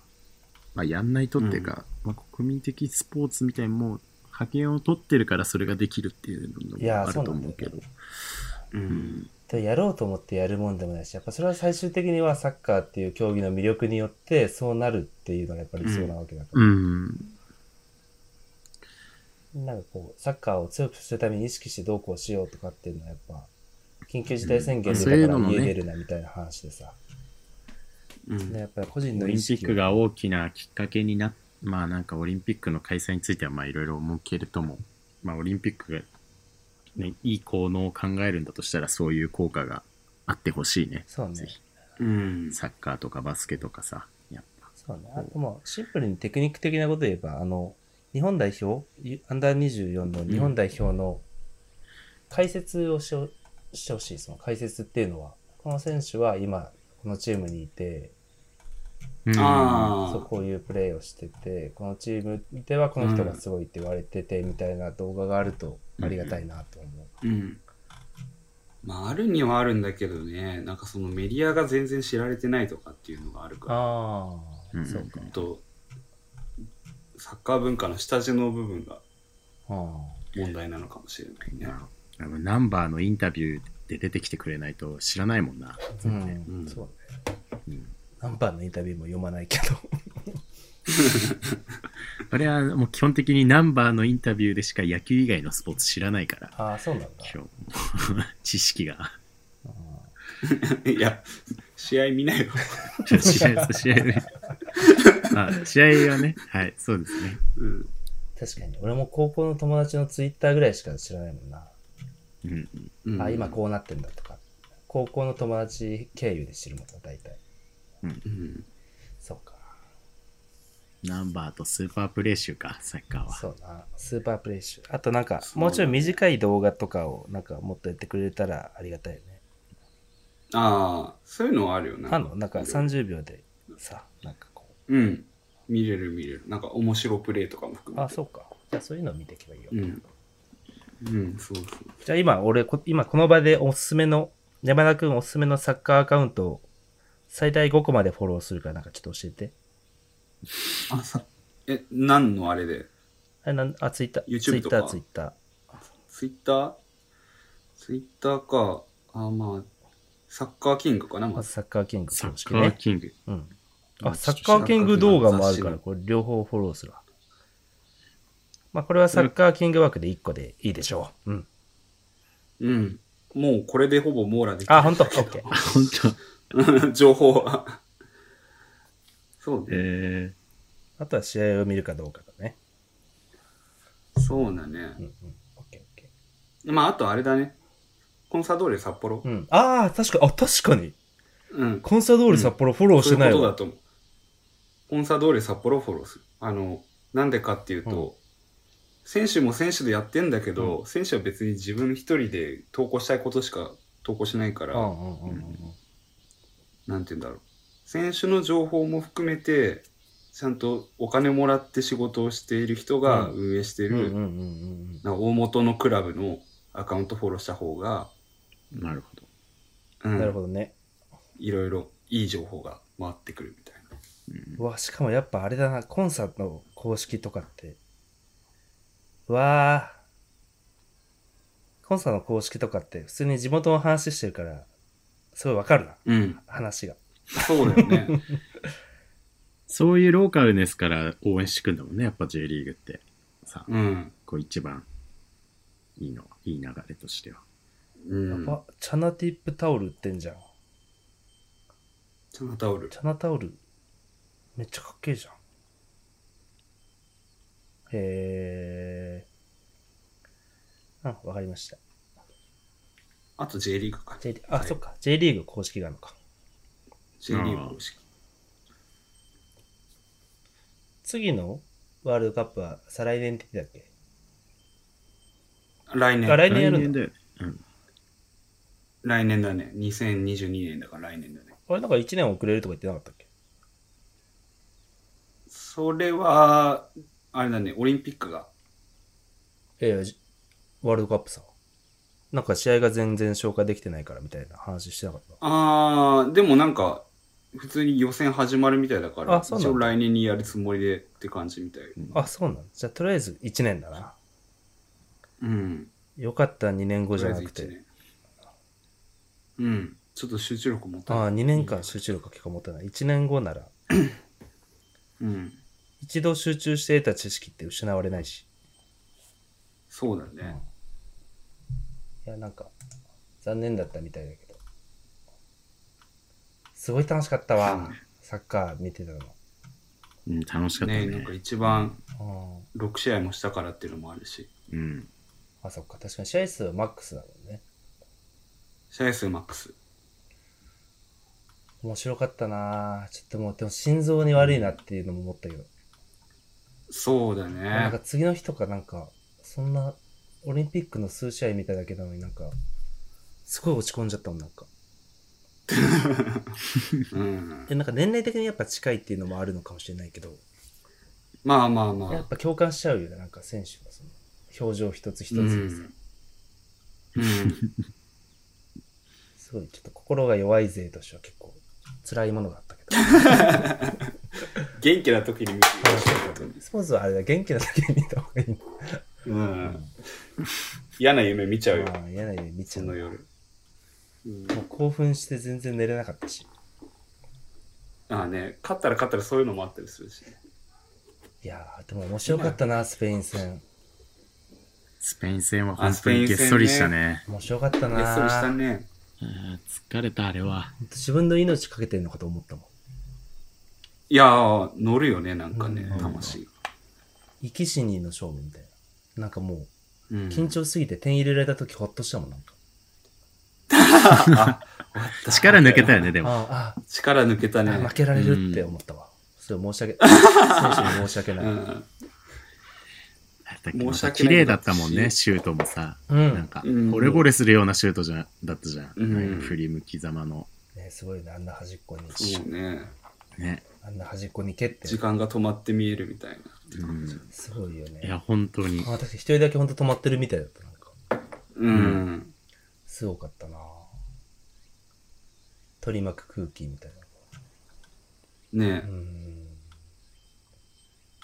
S5: まあやんないとっていうか、まあ国民的スポーツみたいにもう、派遣を取ってるからそれができるっていうの
S4: いやー
S5: もあると思うけど。
S6: うん
S4: でやろうと思ってやるもんでもないし、やっぱそれは最終的にはサッカーっていう競技の魅力によって、そうなるっていうのがやっぱりそうなわけだから。
S5: うん。
S4: なんかこう、サッカーを強くするために意識してどうこうしようとかっていうのはやっぱ、緊急事態宣言
S5: うん
S4: で
S5: そうい
S4: だ
S5: うの
S4: から
S5: もね
S4: 家出るなみたいな話でさ。
S6: うん
S4: ね、やっぱり個人
S5: オ
S4: の
S5: リン
S4: 意
S5: ピッ
S4: 識
S5: ク
S4: を
S5: が大きなきっかけになっまあなんかオリンピックの開催についてはまあいろいろ思うけれども、まあオリンピックが、ね、いい効能を考えるんだとしたらそういう効果があってほしいね。
S4: そう
S5: ぜ
S4: ね
S5: ひ。
S6: うん
S5: サッカーとかバスケとかさ、やっぱ。
S4: そうね。あともう、シンプルにテクニック的なこと言えば、あの、日本代表、ゆアンダー24の日本代表の解説をしよしてほしい。その解説っていうのは、この選手は今、このチームにいて、
S6: あ
S4: そう
S6: あ。
S4: こういうプレーをしてて、このチームではこの人がすごいって言われてて、みたいな動画があるとありがたいなと思う。
S6: うん。まあ、あるにはあるんだけどね、なんかそのメディアが全然知られてないとかっていうのがあるから、
S4: ああ、
S5: うん
S4: そうか。
S6: あと、サッカー文化の下地の部分が
S4: は
S6: 問題なのかもしれないね。
S5: あのナンバーのインタビューで出てきてくれないと知らないもんな。
S4: あ、うん、
S6: うん
S4: そうね。
S5: うん
S4: ナンバーのインタビューも読まないけど。
S5: あれはもう基本的にナンバーのインタビューでしか野球以外のスポーツ知らないから、
S4: ああ、そうなんだ。
S5: 今日も (laughs) 知識が。
S6: (laughs) いや、試合見ないよ。
S5: ちょ試合、そう試合ね。 (laughs) あ、試合はね、はい、そうですね。
S6: うん。
S4: 確かに。俺も高校の友達のツイッターぐらいしか知らないもんな。
S5: うん。
S6: うん
S4: あ、今こうなってんだとか。高校の友達経由で知るもんな、大体。
S6: うん。
S4: そうか。
S5: ナンバーとスーパープレー集か、サッカーは。
S4: そうな。スーパープレイシュ。あとなんか、
S6: そう
S4: もうちょい短い動画とかを、なんかもっとやってくれたらありがたいよね。
S6: ああ、そういうのはあるよな。
S4: あの、なんか30秒でさ、なんかこ
S6: うん。見れる見れる。なんか面白プレーとかも含
S4: う。
S6: め
S4: あ、
S6: て。
S4: そうか。じゃあそういうのを見ていけばいいよ。
S6: うん。うん、そうそう。
S4: じゃあ今、俺こ、今この場でおすすめの、山田くんおすすめのサッカーアカウントを最大5個までフォローするからなんかちょっと教えて。
S6: あ、さ、え、何のあれで
S4: あれなん、あ、ツイッター。ツイ
S6: YouTube
S4: ッ
S6: と
S4: タ
S6: か
S4: ー、ツイッター。
S6: ツイッターツイッターか。あ、まあ、サッカーキングかな、ま
S4: ま
S6: ず。
S4: ずサッカーキング
S5: サ
S4: 公
S5: ッ
S4: 式
S5: カー
S4: ね。
S5: キング。
S4: うん。あ、サッカーキング動画もあるから、これ両方フォローするわ。まあ、これはサッカーキング枠で1個でいいでしょう。うん。
S6: うん。もうこれでほぼ網羅でき
S4: あ、ほんと ?OK。
S5: あ、本当。
S6: る。 (laughs) 情報は。そうね。
S5: え
S4: あとは試合を見るかどうかだね。
S6: そうだね
S4: うん。うん。OK、OK。
S6: まあ、あとあれだね。コンサドーレ札幌
S4: う。ん。ああ、確か、あ、確かに。
S6: うん。
S4: コンサドール札幌フォローし
S6: そうい
S4: て
S6: う
S4: ない
S6: こと
S4: わ。
S6: だと思う。コンサドーレ札幌をフォローする。あの、なんでかっていうと、選手も選手でやってんだけど、選手は別に自分一人で投稿したいことしか投稿しないから、
S4: うんうんうんうんうん。
S6: なんて言うんだろう。選手の情報も含めて、ちゃんとお金もらって仕事をしている人が
S4: う
S6: 運営してい
S4: うん
S6: る、
S4: うんうんうん
S6: なんか大元のクラブのアカウントフォローした方が、
S5: ー、なるほど。
S6: う
S4: うん。
S6: ん
S4: なるほどね。
S6: いろいろいい情報が回ってくるみたいな。
S4: うわ、しかもやっぱあれだな、コンサートの公式とかって。うわあ。コンサートの公式とかって普通に地元の話してるから、すごいわかるな、
S6: うん。 (laughs)
S4: 話が。
S6: そうだよね。
S5: そういうローカルネスから応援してくんだもんね、やっぱ J リーグって。さ、
S6: うん。
S5: こう一番いいのは、いい流れとしては。
S6: うん。
S4: あ、チャナティップタオル売ってんじゃん。
S6: チャナタオル
S4: チ。ャナタオル、めっちゃかっけえじゃん。へえ。あ、わかりました。
S6: あと J リーグか。
S4: J リあ、
S6: はい
S4: そっか。J リーグ公式があるのか。
S6: J リーグ公式。
S4: 次のワールドカップは再来年って言ってたっ
S6: 来
S4: けあ、
S6: 年。
S4: 来年やるんだ。
S5: だよね。うん。
S6: 来年だね。2022年だから来年だね。
S4: あれなんか1年遅れるとか言ってなかったっけ
S6: それは、あれだね、オリンピックが。
S4: いやいや、じワールドカップさ。なんか試合が全然消化できてないからみたいな話してなかった。
S6: あー、でもなんか、普通に予選始まるみたいだから、
S4: あそうなん
S6: 一
S4: だ
S6: 応来年にやるつもりでって感じみたい。
S4: あ、そうなんだじゃあとりあえず1年だな。
S6: うん。
S4: よかった2年後
S6: と
S4: じ
S6: り
S4: ゃ
S6: あえ
S4: な
S6: ず
S4: く
S6: 1
S4: て。
S6: 年。うん。ちょっと集中力持った。
S4: ああ、2年間集中力が結構持たない。1年後なら、
S6: うん。
S4: 一度集中して得た知識って失われないし。
S6: そうだね。
S4: いや、なんか、残念だったみたいだけど。すごい楽しかったわ。サッカー見てたの。
S5: うん、楽しかった
S6: ね
S5: ね。
S6: なんか一番
S4: うん
S6: 6試合もしたからっていうのもあるし、
S5: うん。
S4: あ、そっか。確かに試合数はマックスだもんね。
S6: 試合数マックス。
S4: 面白かったなぁちょっともう、でも心臓に悪いなっていうのも思ったけど。
S6: そうだ
S4: なんか
S6: ね。
S4: 次の日とかなんか、そんな、オリンピックの数試合見ただけなのになんか、すごい落ち込んじゃったもん、なんか。
S6: うん。
S4: え、なんか年齢的にやっぱ近いっていうのもあるのかもしれないけど、
S6: まあまあま
S4: や
S6: あ
S4: っ。ぱ共感しちゃうよね、なんか選手のその、表情一つ一つ
S6: う
S4: にさ、
S6: ん。うん。
S4: すごいちょっと心が弱い勢としては結構辛いものがあったけど。
S6: 元気な時に見てる。
S4: (laughs) スポーツはあれだ、元気な時に見た方がいいんだ。
S6: うん。嫌な夢見ちゃうよ。
S4: ああ、嫌な夢見ち
S6: そ
S4: ゃう。
S6: の
S4: もう
S6: 夜。うん
S4: 興奮して全然寝れなかったし。
S6: ああね、勝ったら勝ったらそういうのもあったりするしね。
S4: いやー、でも面白かったな、スペイン戦。
S5: スペイン戦は
S6: あ
S5: 本当にげっそりしたね。
S4: 面白かったな
S6: げっそりしたね。
S5: あー疲れた、あれは。
S4: 自分の命かけてるのかと思ったもん。
S6: いやー、乗るよね、なんかね
S4: う、ん
S6: 魂。
S4: 生き死にの勝負みたいな。なんかもう、
S6: うん。
S4: 緊張しすぎて点入れられた時ほっとしたもん、なんか。
S5: 力抜けたよね、でも。
S4: ああ
S6: 力抜けた
S4: あ
S6: ね。
S4: あ、負けられるって思ったわ。それ申し
S6: (laughs)
S4: 訳、選手に申し訳な
S6: う
S4: い。
S6: ん。
S5: なん
S6: 申し
S5: か
S6: 訳
S5: 綺
S6: ない
S5: 麗だったもん
S6: だった
S5: ね、
S6: し
S5: シュートもさ。
S4: う
S5: なん
S4: ん。
S5: か、
S6: うん
S5: 惚れ惚れするようなシュートじゃだったじゃん。
S6: うん
S5: ああいう振り向きざまの。
S4: ね、すごいね、あんな端っこに、
S6: そうね。
S5: ね。
S4: あんな端っこに蹴って。
S6: 時間が止まって見えるみたいな。
S5: うん
S4: すごいよ
S5: い
S4: ね。
S5: や、本当に
S4: あ。私一人だけほんと止まってるみたいだった、なんか。
S6: うん。
S4: すごかったな取り巻く空気みたい
S6: ね
S4: な。うん。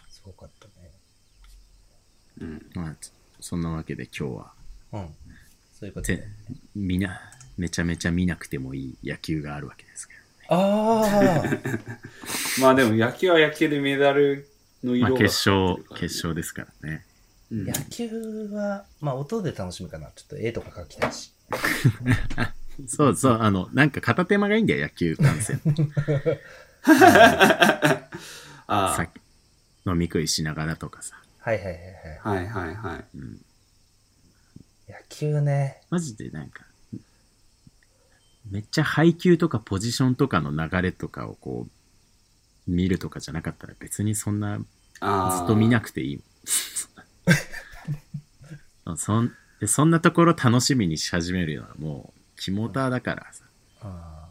S4: すごかったね。
S6: うん。
S5: まあ、そんなわけで今日は、
S4: うん。そういうこと
S5: て
S4: で。
S5: みな、めちゃめちゃ見なくてもいい野球があるわけですけ
S4: ああ
S6: まあでも野球は野球でメダルの
S5: ど。
S6: 色
S5: ま
S6: が、
S5: あ、決勝、決勝ですからね。
S6: うん
S4: (laughs) 野球は、まあ音で楽しむかな。ちょっと絵とか描きたいし。
S5: そうそう、あの、なんか片手間がいいんだよ、野球観戦。
S6: あ
S5: さ飲み食いしながらとかさ。
S4: はいはいはいはい。
S6: あ。はいはいはい。
S4: 野球ね。
S5: マジでなんか、めっちゃ配球とかポジションとかの流れとかをこう、見るとかじゃなかったら別にそんな、ず
S6: ああ。
S5: っと見なくていい
S4: (laughs)
S5: もん。そんでそんなところ楽しみにし始めるような、もう、キモタだからさ。
S4: あ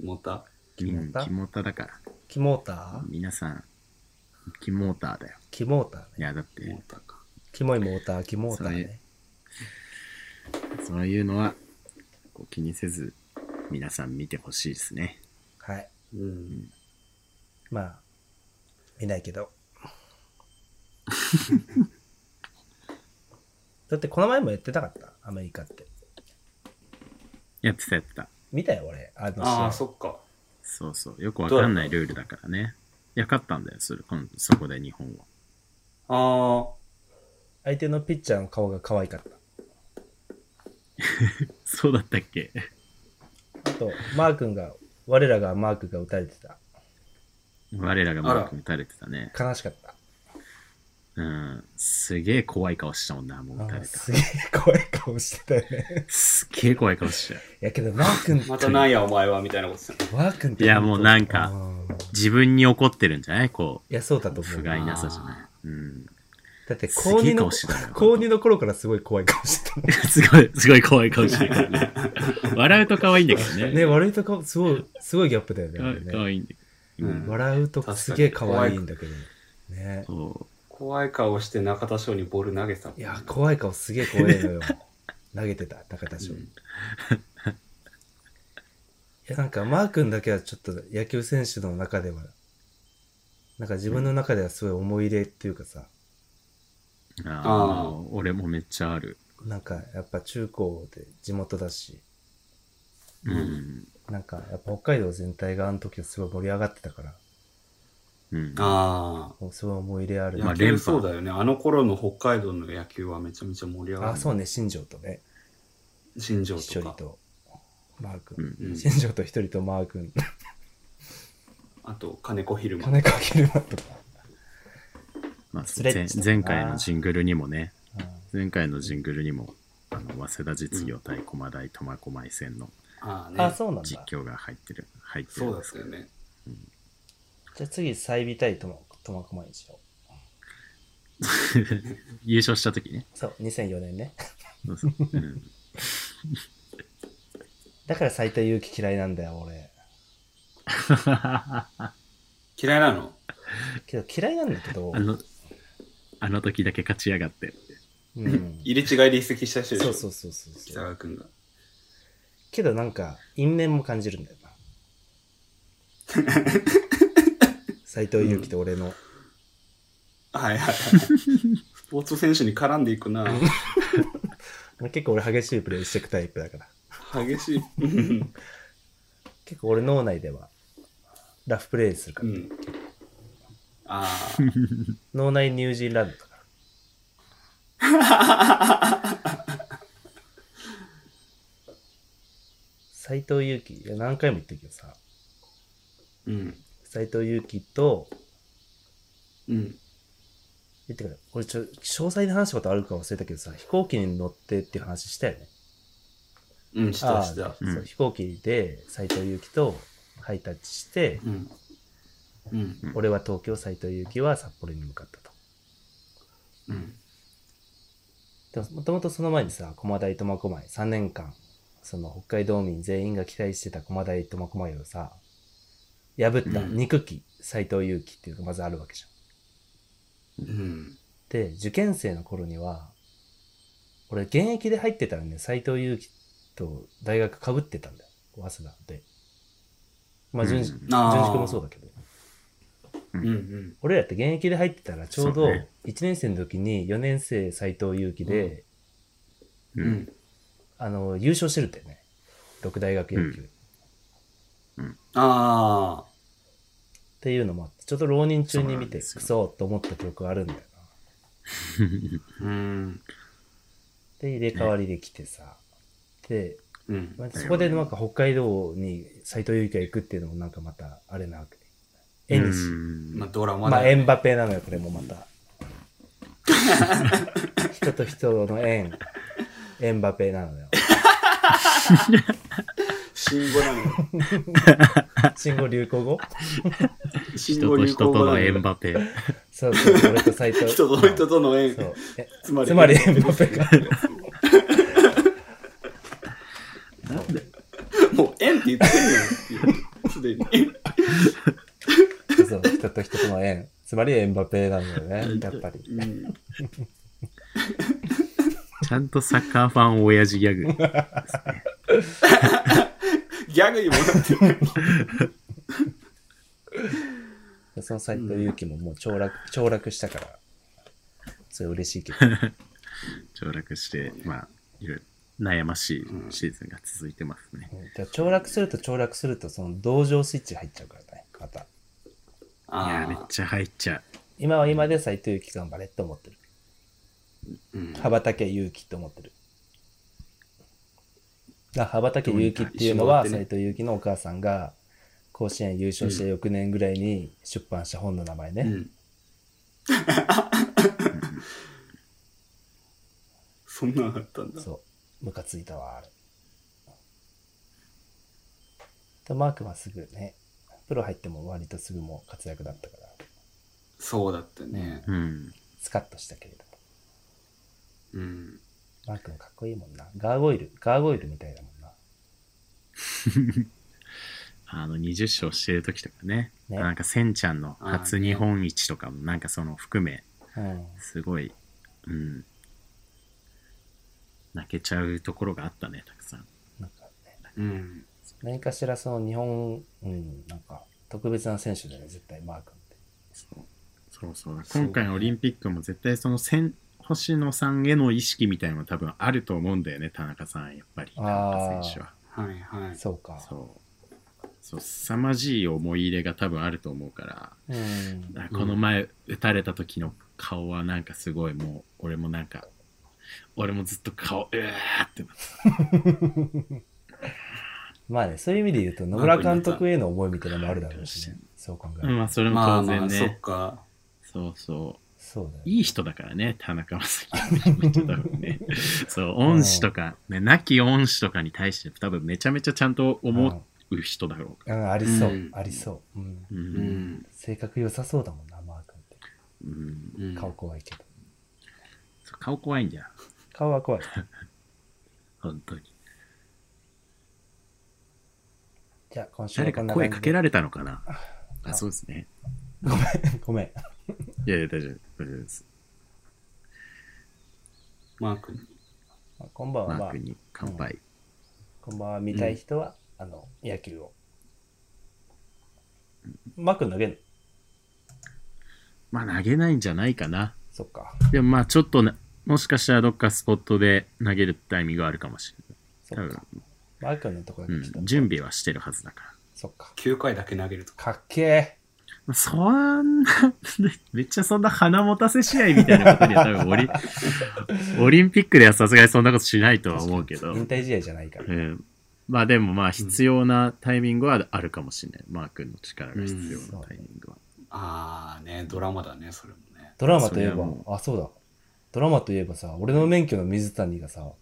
S6: 思った
S5: う
S4: キモ
S5: ん
S4: タ
S5: キモタだから。
S4: ーキモーター
S5: 皆さん、キモーターだよ。
S4: キモーター
S5: い
S4: ね。
S5: や、だっ
S6: 思
S5: て
S6: っ、たか。
S4: キモいモーター、キモーターね。
S5: そういうのは、こう気にせず、皆さん見てほしいですね。
S4: はい。
S6: うん。
S4: まあ、見ないけ (laughs) ど。だってこの前もやってなかったアメリカって。
S5: やってたやってた。
S4: 見たよ俺。あの試合
S6: ああ、そっか。
S5: そうそう。よくわかんないルールだからね。いや、勝ったんだよ、それ、このそこで日本は。
S6: あ
S4: 相手のピッチャーの顔が可愛かった。
S5: そうだったっけ
S4: あと、マー君が、我らがマークが打たれてた。
S5: 我らがマークに打たれてたね。
S4: 悲しかった。
S5: うん。すげえ怖い顔したもんな、もう打た
S4: あ
S5: れた。
S4: すげえ怖い顔してたよ
S5: (laughs)
S4: ね。
S5: すっげえ怖い顔したよ。
S4: いやけど、マー君
S6: あ、、またなんやお前はみたいなことしてた
S4: マー君って。
S5: いやもうなんか
S4: うん
S5: 自分に怒ってるんじゃないこ
S4: いや、そうだと
S5: う、
S4: 思
S5: 不
S4: う。
S5: 甲斐なさじゃない。うん。
S4: だって、
S5: す
S4: 高
S5: げえ
S4: 2の
S5: 顔してたよ、
S4: 高2の頃からすごい怖い顔してたね。
S5: (laughs) すごい、すごい怖い顔してるからね。 (laughs) 笑うと可愛いんだけどね。
S4: ね、悪いとこ、すごい、すごいギャップだよね
S5: か
S4: あれ
S5: 可
S4: ね。
S5: 愛いんだけど。う
S6: うん
S5: ん。
S4: 笑うと
S6: 確かに
S4: すげえ可愛いんだけど。ね。
S5: そ
S6: 怖い顔して中田翔にボール投げてたもん
S4: いや、怖い顔すげえ怖いのよ。投げてた、高田翔。
S6: うん
S4: いや、なんか、マー君だけはちょっと野球選手の中では、なんか自分の中ではすごい思い入れっていうかさ、
S5: う。
S6: あ
S5: ああ、俺もめっちゃある。
S4: なんかやっぱ中高で地元だし、
S5: うん。
S4: なんかやっぱ北海道全体があの時はすごい盛り上がってたから、
S5: うん。
S6: あ
S4: もうすごい思い入れあ
S6: あ
S4: る
S5: まあ
S6: 野
S5: 連
S6: 球
S5: 覇
S6: そうだよねあの頃の北海道の野球はめちゃめちゃ盛り上がる
S4: あ、そうね、新庄とね、
S6: 新庄
S4: 一人
S6: とか
S4: とマー
S5: う
S4: 君。
S5: ん。
S6: うん
S4: 新庄と一人とマー君、 (laughs)
S6: あと金子昼間
S4: 金かけるなとか。
S5: まあ、
S4: スレッ
S5: 前
S4: チ
S5: 前回のジングルにもね、
S4: うん
S5: 前回のジングルにも、あの、早稲田実業対駒大苫小牧戦の
S6: ああね
S4: あ、そうなんだ。じ
S5: 実況が入ってる、入って
S6: そ
S5: る
S6: うんだっ
S5: です
S6: た
S5: け
S6: よ
S5: ど、
S6: ね
S4: ゃあ次、再びたいとも、とまこまいしよう。
S5: 優勝した時ね。
S4: そう、2004年ね。
S5: そうそううん
S4: だから斉藤祐樹嫌いなんだよ、俺。
S6: 嫌いなの
S4: けど嫌いなんだけど
S5: あ、の、あの時だけ勝ちやがってって。
S4: うん。
S6: 入れ違いで移籍した人でし
S4: そ
S6: ょ
S4: うそうそうそう
S6: 北
S4: そう。
S6: 川君が
S4: けどなんか、因縁も感じるんだよ
S6: (laughs)
S4: な。斉藤祐樹と俺の。
S6: はい
S5: (laughs)
S6: はいはいスポーツ選手に絡んでい
S4: (laughs)
S6: くな
S4: 結構俺激しいプレイしてくタイプだから。
S6: 激しいうん
S4: 結構俺脳内では、ラフプレイするか
S6: う
S4: ら。
S6: んあ
S4: 脳内ニュージーランドだから。斉藤祐樹、いや何回も言ってるけどさ、
S6: ーうん
S4: 斉藤祐樹と、
S6: うん
S4: 言ってから、俺ちょ、詳細に話したことあるか忘れたけどさ、飛行機に乗ってっていう話したよね。
S6: うんしたした
S4: そう
S5: うん
S4: 飛行機で斉藤祐樹とハイタッチして、
S6: うんうん
S4: 俺は東京、斉藤祐樹は札幌に向かったと。
S6: うん
S4: でも、もともとその前にさ、駒大苫小牧、3年間、その北海道民全員が期待してた駒大苫小牧をさ、破った
S6: うん
S4: 憎き斎藤佑樹っていうのがまずあるわけじゃん。
S6: うん
S4: で、受験生の頃には、俺現役で入ってたらね、斎藤佑樹と大学被ってたんだよ、早稲田で。まあ、
S5: うん
S4: 淳二、
S5: うん
S4: 淳
S6: あー
S4: 二君もそうだけど。
S6: うんうん
S4: 俺らって現役で入ってたらちょうど
S5: そうね
S4: 1年生の時に4年生斎藤佑樹で、
S5: う。
S6: うんん
S4: あの、優勝してるんだよね。六大学野球。
S5: うん
S6: ああ
S4: っていうのもあって、ちょっと浪人中に見て、
S5: そうなんですよ
S4: クソと思った記憶があるんだよな。
S6: うん
S4: で、入れ替わりで来てさ。で、
S6: うん
S4: まあ、そこでなんか北海道に斎藤佑樹が行くっていうのもなんかまた、あれなわけ。縁日。
S5: うん
S6: まあドラマ
S4: まあ、
S6: だ
S4: エ
S6: よ
S4: ンバペなのよ、これもま
S6: (laughs)
S4: た。人と人の縁。エンバペな
S6: (laughs)
S4: のよ。
S6: 新語なの
S4: (laughs)
S6: よ
S4: 新語流行語
S6: 新
S5: 人
S6: 語
S5: と
S6: 流
S5: 人
S6: 行語
S5: と
S6: な
S5: の
S6: の
S5: エ
S6: よ
S5: ンバペ。
S4: そうそう、俺と斎藤。
S6: (laughs) 人と人との縁
S4: そう。え
S6: (laughs) つまり
S4: つまりエンバペ
S6: (laughs)
S4: が。
S6: もう縁 (laughs) って言ってんのよすでに
S4: そう、人と人との縁。つまりエンバペなんだよね、やっぱり。
S6: うん
S5: ちゃんとサッカーファン親父ギャ
S4: (laughs)
S5: グ。
S6: ギャグにもなってる
S4: その斎藤佑樹ももう凋落、凋落したから、それ嬉しいけど。
S5: 凋落して、まあ、いろいろ悩ましいシーズンが続いてますね。
S4: うんじゃあ、凋落すると凋落すると、その同情スイッチ入っちゃうからね、また。
S5: いや、めっ
S6: あ
S5: ちゃ入っちゃ
S4: 今は今で斎藤佑樹頑張れと思ってる。
S6: ーうん
S4: 羽ばたけ勇気と思ってる。だ羽ばたけ勇気っていうのは、
S6: どうに
S4: 斎
S6: か
S4: 藤佑樹のお母さんが甲子園優勝した翌年ぐらいに出版した本の名前ね。
S6: うん。 (laughs) そんなんあったんだ。
S4: そう。ムカついたわ、あれ。とマークはすぐね、プロ入っても割とすぐもう活躍だったから、
S6: そうだったね。
S5: う。うん。
S4: スカッとしたけれども。
S6: うん。
S4: マークもかっこいいもんな。ガーゴイル、ガーゴイルみたいだもんな。
S5: あの、20勝してる時とかね。
S4: ね
S5: なんか、センちゃんの初日本一とかも、なんかその含め、
S4: うん。
S5: すごい、うん。泣けちゃうところがあったね、たくさん。
S4: なんかね、
S6: うん。
S4: 何かしらその日本、うん、なんか特別な選手だよね、絶対マー君って。
S5: そうそうそう
S6: そう
S5: 今回のオリンピックも絶対その千星野さんへの意識みたいなのは多分あると思うんだよね田中さんやっぱり田
S4: あー
S5: 中選手は
S6: はいはい。
S4: そうか。
S5: そうそう凄まじい思い入れが多分あると思うから
S4: うん。
S5: あこの前打たれた時の顔はなんかすごいもう俺もなんか俺もずっと顔うわーってなって
S4: まあね、そういう意味で言うと、野村監督への思いみたいなのもあるだろうしね。そう考え
S5: た
S4: ると。
S5: まあそれも
S6: まあ
S5: 当
S6: ま
S5: 然
S6: あ、
S5: ね、
S6: そっか。
S5: そうそう
S4: そうだよね。
S5: いい人だからね、田中正樹多分ね。そう、恩師とか、ね、亡き恩師とかに対して多分めちゃめちゃちゃんと思う人だろうか
S4: うん、ありそう、
S6: うん
S4: ありそう。うん。
S5: ら。う。
S6: うんん。
S4: 性格良さそうだもんな、マー君って。
S5: うん。
S6: うん
S4: 顔怖いけど。
S5: そう顔怖いんだよ、
S4: 顔は怖い。
S5: 本当に。
S4: じゃあ、今週は
S5: 誰
S4: こ
S5: か
S4: んな
S5: 声かけ
S4: れ
S5: られたのかなあ、そうですね。
S4: ごめん。
S5: いやいや、大丈夫。大丈夫です。
S6: マー君。
S4: まあこんばん
S5: マ
S4: は、
S5: ー君に乾杯。
S4: こんばんは、見たい人は、あの、野球を。マー君投げんの
S5: まあ、投げないんじゃないかな。
S4: そっか。
S5: でもまあ、ちょっとな、もしかしたらどっかスポットで投げるタイミングがあるかもしれない。
S4: そっ
S5: 多
S4: か。マー君のとこだけ来た、
S5: うん。準備はしてるはずだから。
S4: そっか。
S6: 9回だけ投げるとか。
S4: かっけ
S5: そんな、 (laughs) めっちゃそんな鼻持たせ試合みたいなことには多分オリ、オリンピックではさすがにそんなことしないとは思うけ
S4: え
S5: ど、
S4: 引退試合じゃないから。
S5: うん、まあでもまあ必要なタイミングはあるかもしれない。マー君の力が必要なタイミングは。
S6: あーね、ドラマだね、それもね。
S4: ドラマといえ
S5: それ
S4: ば
S5: はも、
S4: あ、そうだ。ドラマといえばさ、俺の免許の水谷がさ、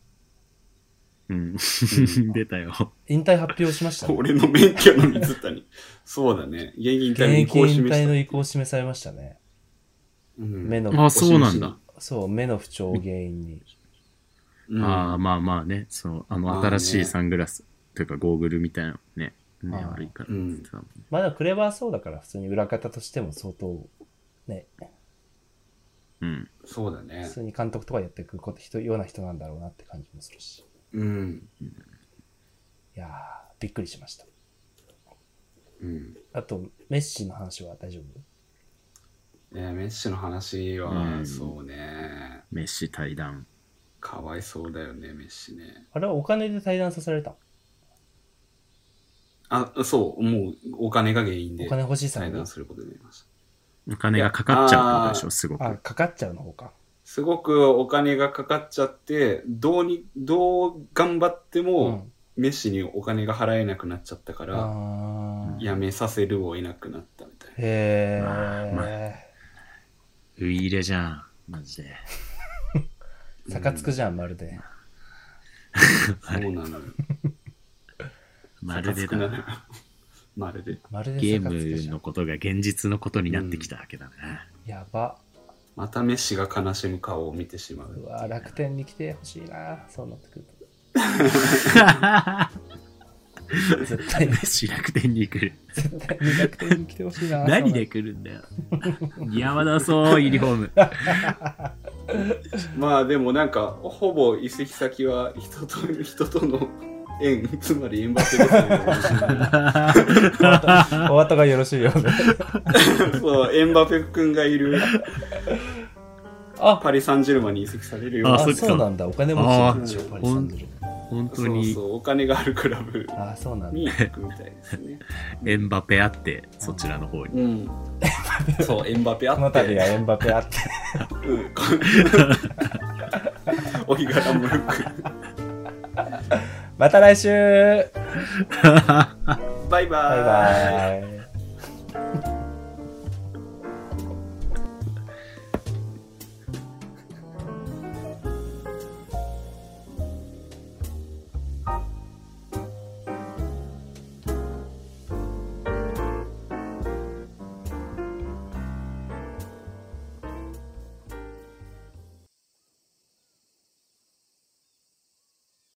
S5: うん、 (laughs) 出たよ。
S4: 引退発表しましたね、
S6: 俺の免許の水谷。 (laughs) そうだね。現役引
S4: 現
S6: 退の意
S4: 役
S6: 向を
S4: 引
S6: 示
S4: 退の
S6: し
S4: 意向を示されましたね。
S6: た。うん
S4: 目の、
S5: あ、そうなんだ。
S4: そう、目の不調を原因に。
S6: うん
S5: ああ、まあまあね、そう、あの新しいサングラスというかゴーグルみたいなのね、ね、
S4: あー
S5: 悪いからって言ってたもんね。
S4: まだクレバーそうだから、普通に裏方としても相当、ね、
S5: うん。
S6: そうだね
S4: 普。通に監督とかやっていくこと人ような人なんだろうなって感じもするし。
S6: うん。
S4: いやー、びっくりしました。
S6: うん。
S4: あと、メッシの話は大丈夫
S6: えーメッシの話
S5: う
S6: は、
S5: ん
S6: そうね。
S5: メッシ対談。
S6: かわいそうだよね、メッシね。
S4: あれはお金で対談させられたの
S6: あ、そう、もうお金が原因
S4: お
S6: で
S4: 金欲しいさ
S6: 裁
S4: に
S6: 断。することになりました。
S5: お金がかかっちゃうってことでしょ、すごく。
S4: あ、かかっちゃうの方か。
S6: すごくお金がかかっちゃって、どうに、どう頑張って
S4: う
S6: も、
S4: ん。
S6: メッシにお金が払えなくなっちゃったから、
S4: あー。
S6: 辞めさせるをいなくなったみたいな。
S4: へ
S5: まあま
S4: ー。
S5: ウイイレじゃん、マジで。
S4: サカつくじゃん、まるで。
S6: そうなのよ。
S5: (laughs) まるで
S6: サカツクな
S5: だ
S6: のよ。 (laughs) まるで。
S4: まるで
S5: ゲ
S4: サカつく
S5: ー
S4: じゃん
S5: ムの。ことが現実のことになってきたわけだね。
S4: やば。
S6: またメッシが悲しむ顔を見てしま
S4: う
S6: う。
S4: わ、楽天に来てほしいな。そうなってくると。
S5: (laughs)
S4: 絶対に
S5: メッ、シ楽天に来る。
S4: 絶対に楽天に来てほしいな。
S5: (laughs) 何で来るんだよ。似合わなそう、ユニフォーム。
S6: まあでもなんか、ほぼ移籍先は人と、人との縁、つまりエンバペですよね。
S4: お後がよろし
S5: (laughs)
S4: いようで。
S6: そう、エンバペ君がいる
S4: あ
S6: パリ・サンジェルマンに移籍されるよう
S5: あ
S6: な
S5: そっか
S4: そうなんだ。お金持ちなんでしょ
S6: あー
S4: パリサンジェルマン
S5: 本当
S6: そう
S5: に
S6: そう、お金があるクラブ
S4: ああ、そうなん
S6: に
S4: だ。
S6: 行くみたいですね。
S5: エンバペあって、そちらの方に。
S6: うん。そう、エンバペあ
S4: この
S6: って、
S4: 度はエンバペあって。
S6: うんこお日柄もよく。
S4: また来週バイ
S6: バイバーイ。
S4: バイ。